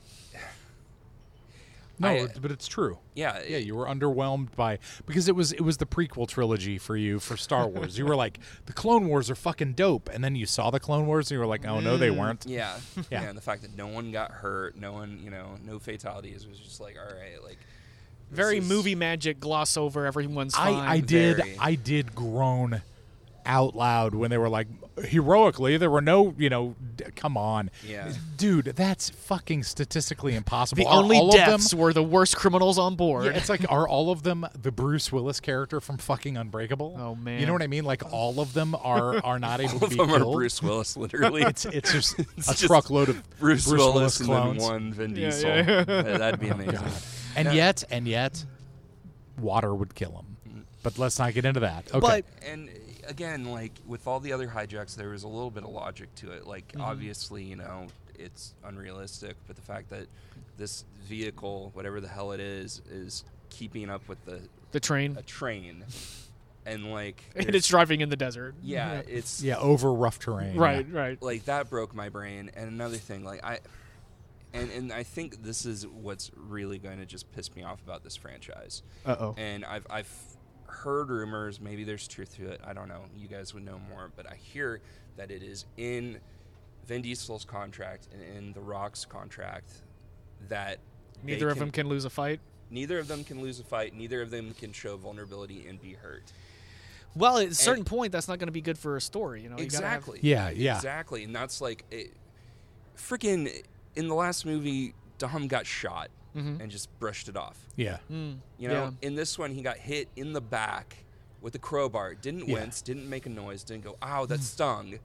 [SPEAKER 2] No,
[SPEAKER 3] I-
[SPEAKER 2] it- but it's true.
[SPEAKER 3] yeah,
[SPEAKER 2] Yeah, you were underwhelmed by because it was it was the prequel trilogy for you for Star Wars. you were like, the Clone Wars are fucking dope, and then you saw the Clone Wars and you were like, oh no, they weren't.
[SPEAKER 3] Mm, Yeah.
[SPEAKER 2] Yeah.
[SPEAKER 3] yeah. And the fact that no one got hurt, no one, you know, no fatalities was just like, all right, like. this
[SPEAKER 1] Very
[SPEAKER 3] is-
[SPEAKER 1] movie magic gloss over everyone's fine.
[SPEAKER 2] I, I did
[SPEAKER 3] Very.
[SPEAKER 2] I did groan out loud when they were like heroically there were no you know d- come on
[SPEAKER 3] Yeah.
[SPEAKER 2] dude that's fucking statistically impossible
[SPEAKER 1] the
[SPEAKER 2] Are
[SPEAKER 1] only
[SPEAKER 2] all of them-
[SPEAKER 1] deaths were the worst criminals on board.
[SPEAKER 2] Yeah, it's like are all of them the Bruce Willis character from fucking Unbreakable?
[SPEAKER 1] Oh,
[SPEAKER 2] you
[SPEAKER 1] man.
[SPEAKER 2] know what I mean? Like all of them are are not able
[SPEAKER 3] All
[SPEAKER 2] to
[SPEAKER 3] of
[SPEAKER 2] be
[SPEAKER 3] them are
[SPEAKER 2] killed.
[SPEAKER 3] Bruce Willis, literally.
[SPEAKER 2] It's it's just a
[SPEAKER 3] just
[SPEAKER 2] truckload of
[SPEAKER 3] Bruce, Willis, and
[SPEAKER 2] clones,
[SPEAKER 3] then one Vin
[SPEAKER 1] Yeah,
[SPEAKER 3] Diesel.
[SPEAKER 1] yeah,
[SPEAKER 3] Uh, That'd be amazing.
[SPEAKER 2] and yet and yet, water would kill him. But let's not get into that. Okay.
[SPEAKER 3] But and again, like with all the other hijacks, there was a little bit of logic to it. Like
[SPEAKER 1] Mm-hmm.
[SPEAKER 3] obviously, you know, it's unrealistic, but the fact that this vehicle, whatever the hell it is, is keeping up with the
[SPEAKER 1] the train.
[SPEAKER 3] a train and like
[SPEAKER 1] and
[SPEAKER 3] there's-
[SPEAKER 1] it's driving in the desert.
[SPEAKER 3] yeah, it's
[SPEAKER 2] Yeah, over rough terrain. yeah.
[SPEAKER 1] Right, right.
[SPEAKER 3] like that broke my brain and another thing like i and and i think this is what's really going to just piss me off about this franchise
[SPEAKER 1] Uh oh.
[SPEAKER 3] and i've i've heard rumors maybe there's truth to it i don't know you guys would know more but i hear that it is in vin diesel's contract and in the rock's contract that they
[SPEAKER 1] Neither of them can lose a fight.
[SPEAKER 3] neither of them can lose a fight neither of them can show vulnerability and be hurt
[SPEAKER 1] Well, at a certain point, that's not going to be good for a story.
[SPEAKER 3] Oh,
[SPEAKER 1] You know, You gotta have-
[SPEAKER 3] Exactly.
[SPEAKER 2] Yeah, yeah.
[SPEAKER 3] Exactly, and that's like, it, freaking, in the last movie, Dom got shot and just brushed it off.
[SPEAKER 2] Yeah.
[SPEAKER 1] Mm.
[SPEAKER 3] You know, in this one, he got hit in the back with a crowbar. Didn't
[SPEAKER 2] Yeah.
[SPEAKER 3] wince. Didn't make a noise. Didn't go, "Ow, that stung."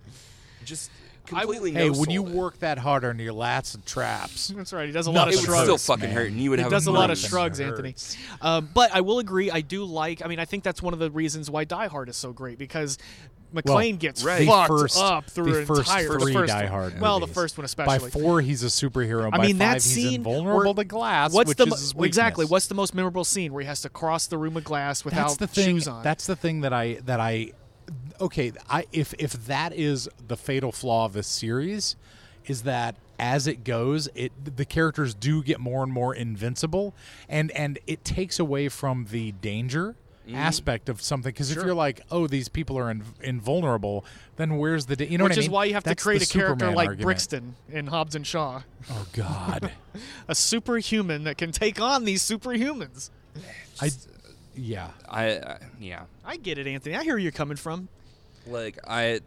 [SPEAKER 3] Just
[SPEAKER 1] I w-
[SPEAKER 3] completely.
[SPEAKER 2] Hey,
[SPEAKER 3] no
[SPEAKER 2] when you work that hard on your lats and traps,
[SPEAKER 1] That's right. He does a
[SPEAKER 2] No,
[SPEAKER 1] lot
[SPEAKER 3] it
[SPEAKER 1] of
[SPEAKER 3] would
[SPEAKER 2] It
[SPEAKER 1] shrugs.
[SPEAKER 3] still
[SPEAKER 2] hurts,
[SPEAKER 3] fucking
[SPEAKER 2] man.
[SPEAKER 3] hurt, and you would
[SPEAKER 1] He
[SPEAKER 3] have
[SPEAKER 1] does a lot of
[SPEAKER 2] bruise.
[SPEAKER 3] bruise.
[SPEAKER 1] shrugs,
[SPEAKER 2] It
[SPEAKER 1] Anthony.
[SPEAKER 2] hurts.
[SPEAKER 1] Um, but I will agree, I do like. I mean, I think that's one of the reasons why Die Hard is so great because McLean gets
[SPEAKER 3] right. the
[SPEAKER 1] fucked
[SPEAKER 2] first-
[SPEAKER 1] up through
[SPEAKER 2] the
[SPEAKER 1] an
[SPEAKER 2] first
[SPEAKER 1] entire
[SPEAKER 2] three
[SPEAKER 1] the first
[SPEAKER 2] Die
[SPEAKER 1] one.
[SPEAKER 2] Hard
[SPEAKER 1] Well, the
[SPEAKER 2] movies.
[SPEAKER 1] first one
[SPEAKER 2] by
[SPEAKER 1] especially.
[SPEAKER 2] four he's a superhero.
[SPEAKER 1] I
[SPEAKER 2] by
[SPEAKER 1] mean
[SPEAKER 2] five,
[SPEAKER 1] that
[SPEAKER 2] he's
[SPEAKER 1] scene.
[SPEAKER 2] invulnerable
[SPEAKER 1] where-
[SPEAKER 2] to glass.
[SPEAKER 1] What's
[SPEAKER 2] which
[SPEAKER 1] the
[SPEAKER 2] is
[SPEAKER 1] mo-
[SPEAKER 2] his
[SPEAKER 1] exactly?
[SPEAKER 2] weakness.
[SPEAKER 1] What's the most memorable scene where he has to cross the room of glass without
[SPEAKER 2] that's the thing.
[SPEAKER 1] shoes on?
[SPEAKER 2] That's the thing that I that I okay. I if if that is the fatal flaw of this series, is that as it goes, it the characters do get more and more invincible, and and it takes away from the danger.
[SPEAKER 1] Mm-hmm.
[SPEAKER 2] Aspect of something because if you're like, oh, these people are inv invulnerable, then where's the da-? you know
[SPEAKER 1] which
[SPEAKER 2] what I
[SPEAKER 1] is
[SPEAKER 2] mean?
[SPEAKER 1] why you have
[SPEAKER 2] That's
[SPEAKER 1] to create a
[SPEAKER 2] the
[SPEAKER 1] character
[SPEAKER 2] Superman
[SPEAKER 1] like
[SPEAKER 2] argument.
[SPEAKER 1] Brixton in Hobbs and Shaw,
[SPEAKER 2] Oh God,
[SPEAKER 1] a superhuman that can take on these superhumans.
[SPEAKER 2] I yeah,
[SPEAKER 3] I, I yeah,
[SPEAKER 1] I get it, Anthony. I hear where you're coming from.
[SPEAKER 3] like I.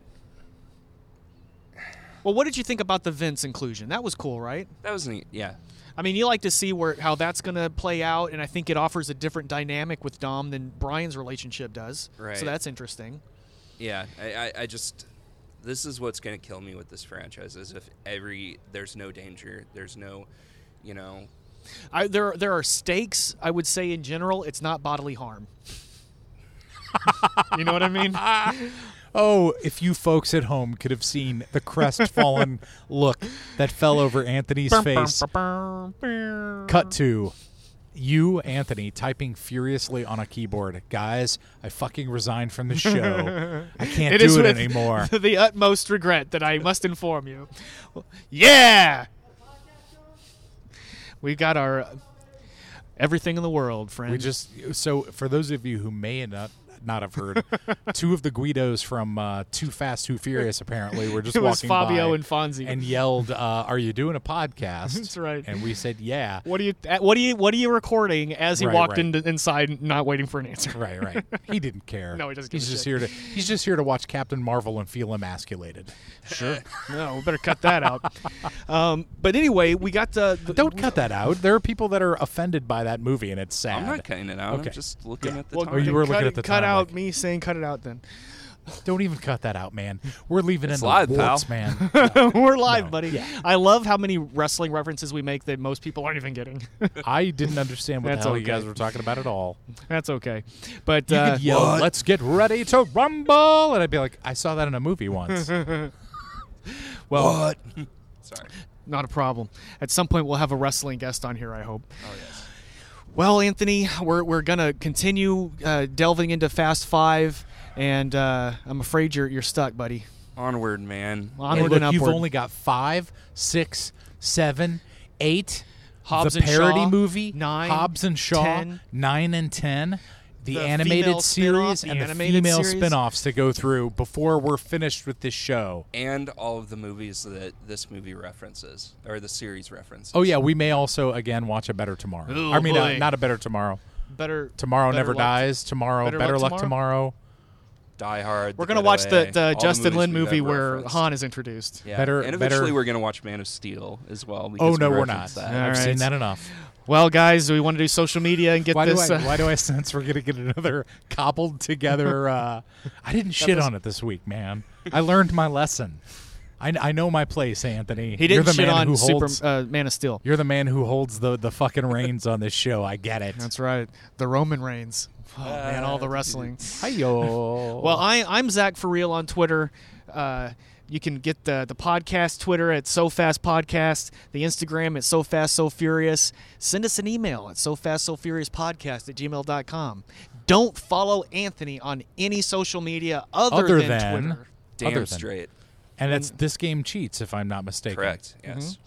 [SPEAKER 1] Well, what did you think about the Vince inclusion? That was cool, right?
[SPEAKER 3] That was neat. Yeah,
[SPEAKER 1] I mean, you like to see where how that's going to play out, and I think it offers a different dynamic with Dom than Brian's relationship does.
[SPEAKER 3] Right.
[SPEAKER 1] So that's interesting.
[SPEAKER 3] yeah. I, I, I just. This is what's gonna kill me with this franchise is if every there's no danger, there's no, you know,
[SPEAKER 1] I, there there are stakes. I would say in general, it's not bodily harm. you know what I mean?
[SPEAKER 2] Oh, if you folks at home could have seen the crestfallen look that fell over Anthony's face. Cut to you, Anthony, typing furiously on a keyboard. Guys, I fucking resigned from the show. I can't
[SPEAKER 1] It is
[SPEAKER 2] do it
[SPEAKER 1] with
[SPEAKER 2] anymore.
[SPEAKER 1] the utmost regret that I must inform you. Yeah, we've got our uh, everything in the world, friend.
[SPEAKER 2] We just so for those of you who may not not have heard, two of the Guidos from uh, Too Fast Too Furious apparently were just
[SPEAKER 1] It was
[SPEAKER 2] walking
[SPEAKER 1] Fabio
[SPEAKER 2] by
[SPEAKER 1] and Fonzie.
[SPEAKER 2] and yelled, uh, "Are you doing a podcast?"
[SPEAKER 1] That's right.
[SPEAKER 2] And we said, "Yeah."
[SPEAKER 1] What are you? uh, What are you? What are you recording as he
[SPEAKER 2] Right,
[SPEAKER 1] walked in,
[SPEAKER 2] right.
[SPEAKER 1] inside, not waiting for an answer?
[SPEAKER 2] Right, right. He didn't care.
[SPEAKER 1] No, he doesn't give
[SPEAKER 2] He's
[SPEAKER 1] a
[SPEAKER 2] just
[SPEAKER 1] shit.
[SPEAKER 2] here to he's just here to watch Captain Marvel and feel emasculated.
[SPEAKER 1] Sure. no, we better cut that out. Um, but anyway, we got the. the
[SPEAKER 2] Don't cut that out. There are people that are offended by that movie, and it's sad.
[SPEAKER 3] I'm not cutting it out.
[SPEAKER 2] Okay.
[SPEAKER 3] I'm just looking at the
[SPEAKER 1] well,
[SPEAKER 3] time.
[SPEAKER 2] Oh, you were
[SPEAKER 1] cut,
[SPEAKER 2] looking at the
[SPEAKER 1] cut
[SPEAKER 2] time,
[SPEAKER 1] out
[SPEAKER 2] like-
[SPEAKER 1] me saying cut it out. Then
[SPEAKER 2] Don't even cut that out, man. We're leaving in the
[SPEAKER 3] live,
[SPEAKER 2] warts,
[SPEAKER 3] pal.
[SPEAKER 2] man.
[SPEAKER 1] we're live,
[SPEAKER 2] No,
[SPEAKER 1] buddy.
[SPEAKER 2] yeah.
[SPEAKER 1] I love how many wrestling references we make that most people aren't even getting.
[SPEAKER 2] I didn't understand what the
[SPEAKER 1] That's
[SPEAKER 2] hell you
[SPEAKER 1] okay.
[SPEAKER 2] guys were talking about at all.
[SPEAKER 1] That's okay. But
[SPEAKER 2] You
[SPEAKER 1] uh,
[SPEAKER 2] could yell,
[SPEAKER 3] What?
[SPEAKER 2] "Let's get ready to rumble," and I'd be like, "I saw that in a movie once."
[SPEAKER 1] well,
[SPEAKER 3] What? Sorry.
[SPEAKER 1] not a problem. At some point, we'll have a wrestling guest on here. I hope.
[SPEAKER 3] Oh,
[SPEAKER 1] Well, Anthony, we're, we're going to continue uh, delving into Fast Five, and uh, I'm afraid you're, you're stuck, buddy.
[SPEAKER 3] Onward, man.
[SPEAKER 2] And
[SPEAKER 1] Onward
[SPEAKER 2] look,
[SPEAKER 1] and
[SPEAKER 2] you've
[SPEAKER 1] upward.
[SPEAKER 2] only got five, six, seven, eight.
[SPEAKER 1] Hobbs
[SPEAKER 2] the
[SPEAKER 1] and
[SPEAKER 2] parody
[SPEAKER 1] Shaw,
[SPEAKER 2] movie,
[SPEAKER 1] nine,
[SPEAKER 2] Hobbs and Shaw,
[SPEAKER 1] 10,
[SPEAKER 2] nine and ten. The,
[SPEAKER 1] the female
[SPEAKER 2] animated
[SPEAKER 1] spin-off,
[SPEAKER 2] series
[SPEAKER 1] the
[SPEAKER 2] and
[SPEAKER 1] animated
[SPEAKER 2] the female
[SPEAKER 1] series.
[SPEAKER 2] spin-offs to go through before we're finished with this show.
[SPEAKER 3] And all of the movies that this movie references, or the series references.
[SPEAKER 2] Oh yeah, we may also again watch a better tomorrow.
[SPEAKER 1] Oh,
[SPEAKER 2] I mean, uh,
[SPEAKER 1] boy.
[SPEAKER 2] not a better tomorrow.
[SPEAKER 1] Better
[SPEAKER 2] Tomorrow
[SPEAKER 1] better
[SPEAKER 2] never
[SPEAKER 1] luck.
[SPEAKER 2] dies. Tomorrow,
[SPEAKER 1] Better
[SPEAKER 2] better,
[SPEAKER 1] Luck
[SPEAKER 2] luck, tomorrow.
[SPEAKER 3] Die Hard.
[SPEAKER 1] We're
[SPEAKER 3] The
[SPEAKER 1] going to watch the,
[SPEAKER 3] Getaway,
[SPEAKER 1] the
[SPEAKER 3] all
[SPEAKER 1] Justin
[SPEAKER 3] movies
[SPEAKER 1] Lin
[SPEAKER 3] we've
[SPEAKER 1] movie
[SPEAKER 3] ever
[SPEAKER 1] where
[SPEAKER 3] referenced.
[SPEAKER 1] Han is introduced.
[SPEAKER 3] Yeah.
[SPEAKER 2] Better-
[SPEAKER 3] and eventually
[SPEAKER 2] better-
[SPEAKER 3] we're going to watch Man of Steel as well.
[SPEAKER 2] Oh
[SPEAKER 3] because
[SPEAKER 2] no,
[SPEAKER 3] we
[SPEAKER 2] we're not.
[SPEAKER 3] referenced
[SPEAKER 1] Yeah.
[SPEAKER 3] That.
[SPEAKER 1] All
[SPEAKER 2] I've
[SPEAKER 1] right.
[SPEAKER 2] seen that enough.
[SPEAKER 1] Well, guys, do we want to do social media and get
[SPEAKER 2] Why
[SPEAKER 1] this?
[SPEAKER 2] do I?
[SPEAKER 1] uh,
[SPEAKER 2] why do I sense we're gonna get another cobbled together? Uh, I didn't shit
[SPEAKER 1] was-
[SPEAKER 2] on it this weck, man. I learned my lesson. I, I know my place, Anthony.
[SPEAKER 1] he
[SPEAKER 2] you're
[SPEAKER 1] didn't
[SPEAKER 2] the
[SPEAKER 1] shit
[SPEAKER 2] man
[SPEAKER 1] on
[SPEAKER 2] who
[SPEAKER 1] Super
[SPEAKER 2] holds.
[SPEAKER 1] uh, Man of Steel.
[SPEAKER 2] you're the man who holds the the fucking reins on this show. I get it.
[SPEAKER 1] That's right. The Roman reigns. Oh,
[SPEAKER 2] Uh,
[SPEAKER 1] man, all the wrestling.
[SPEAKER 2] Hi-yo.
[SPEAKER 1] Well, I, I'm Zach for real on Twitter. Uh, you can get the the podcast Twitter at So Fast Podcast, the Instagram at So Fast So Furious. Send us an email at So Fast So Furious Podcast at gmail.com. don't follow Anthony on any social media other,
[SPEAKER 2] Other
[SPEAKER 1] than,
[SPEAKER 2] than-
[SPEAKER 1] Twitter.
[SPEAKER 3] Damn
[SPEAKER 2] Other than-
[SPEAKER 3] straight.
[SPEAKER 2] and that's this game cheats, if I'm not mistaken.
[SPEAKER 3] Correct. Yes.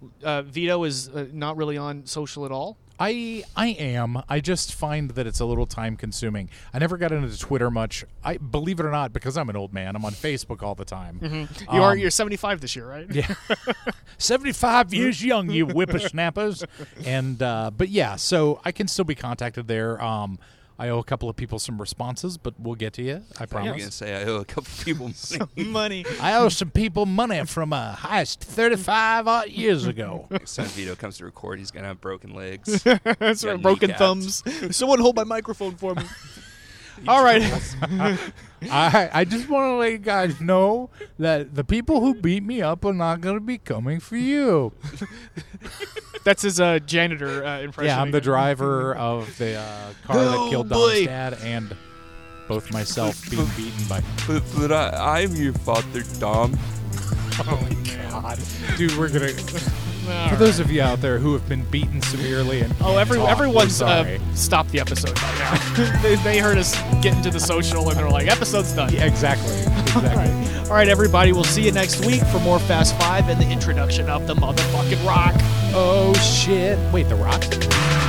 [SPEAKER 2] Mm-hmm.
[SPEAKER 1] Uh, Vito is uh, not really on social at all.
[SPEAKER 2] I I am. I just find that it's a little time consuming. I never got into Twitter much. I believe it or not, because I'm an old man. I'm on Facebook all the time.
[SPEAKER 1] You are you're 75 this year, right?
[SPEAKER 2] Um, Yeah, seventy-five years young, you whippersnappers. And uh, but yeah, so I can still be contacted there. Um, I owe a couple of people some responses, but we'll get to you. I
[SPEAKER 3] I'm
[SPEAKER 2] promise.
[SPEAKER 3] gonna say I owe a couple people money.
[SPEAKER 1] Money.
[SPEAKER 2] I owe some people money from a heist 35 odd years ago.
[SPEAKER 3] Next time Vito comes to record, he's gonna have broken legs.
[SPEAKER 1] That's
[SPEAKER 3] Yeah,
[SPEAKER 1] right. Broken
[SPEAKER 3] kneecapped.
[SPEAKER 1] thumbs. Someone hold my microphone for me. All right.
[SPEAKER 2] I, I just want to let you guys know that the people who beat me up are not going to be coming for you.
[SPEAKER 1] That's his uh, janitor uh, impression.
[SPEAKER 2] Yeah, I'm the
[SPEAKER 1] again.
[SPEAKER 2] driver of the uh, car that
[SPEAKER 3] Oh,
[SPEAKER 2] killed
[SPEAKER 3] boy.
[SPEAKER 2] Don's dad and both myself being beaten by.
[SPEAKER 3] but but I, I'm your father, Dom.
[SPEAKER 2] Oh, God. Dude, we're going to.
[SPEAKER 1] All
[SPEAKER 2] For
[SPEAKER 1] right.
[SPEAKER 2] those of you out there who have been beaten severely and.
[SPEAKER 1] Oh,
[SPEAKER 2] can't
[SPEAKER 1] every,
[SPEAKER 2] talk, we're
[SPEAKER 1] everyone's uh,
[SPEAKER 2] sorry.
[SPEAKER 1] stopped the episode by now. they, they heard us get into the social and they're like, episode's done.
[SPEAKER 2] Yeah, exactly. Exactly.
[SPEAKER 1] All right, everybody. We'll see you next week for more Fast Five and the introduction of the motherfucking rock.
[SPEAKER 2] Oh, shit. Wait, The Rock?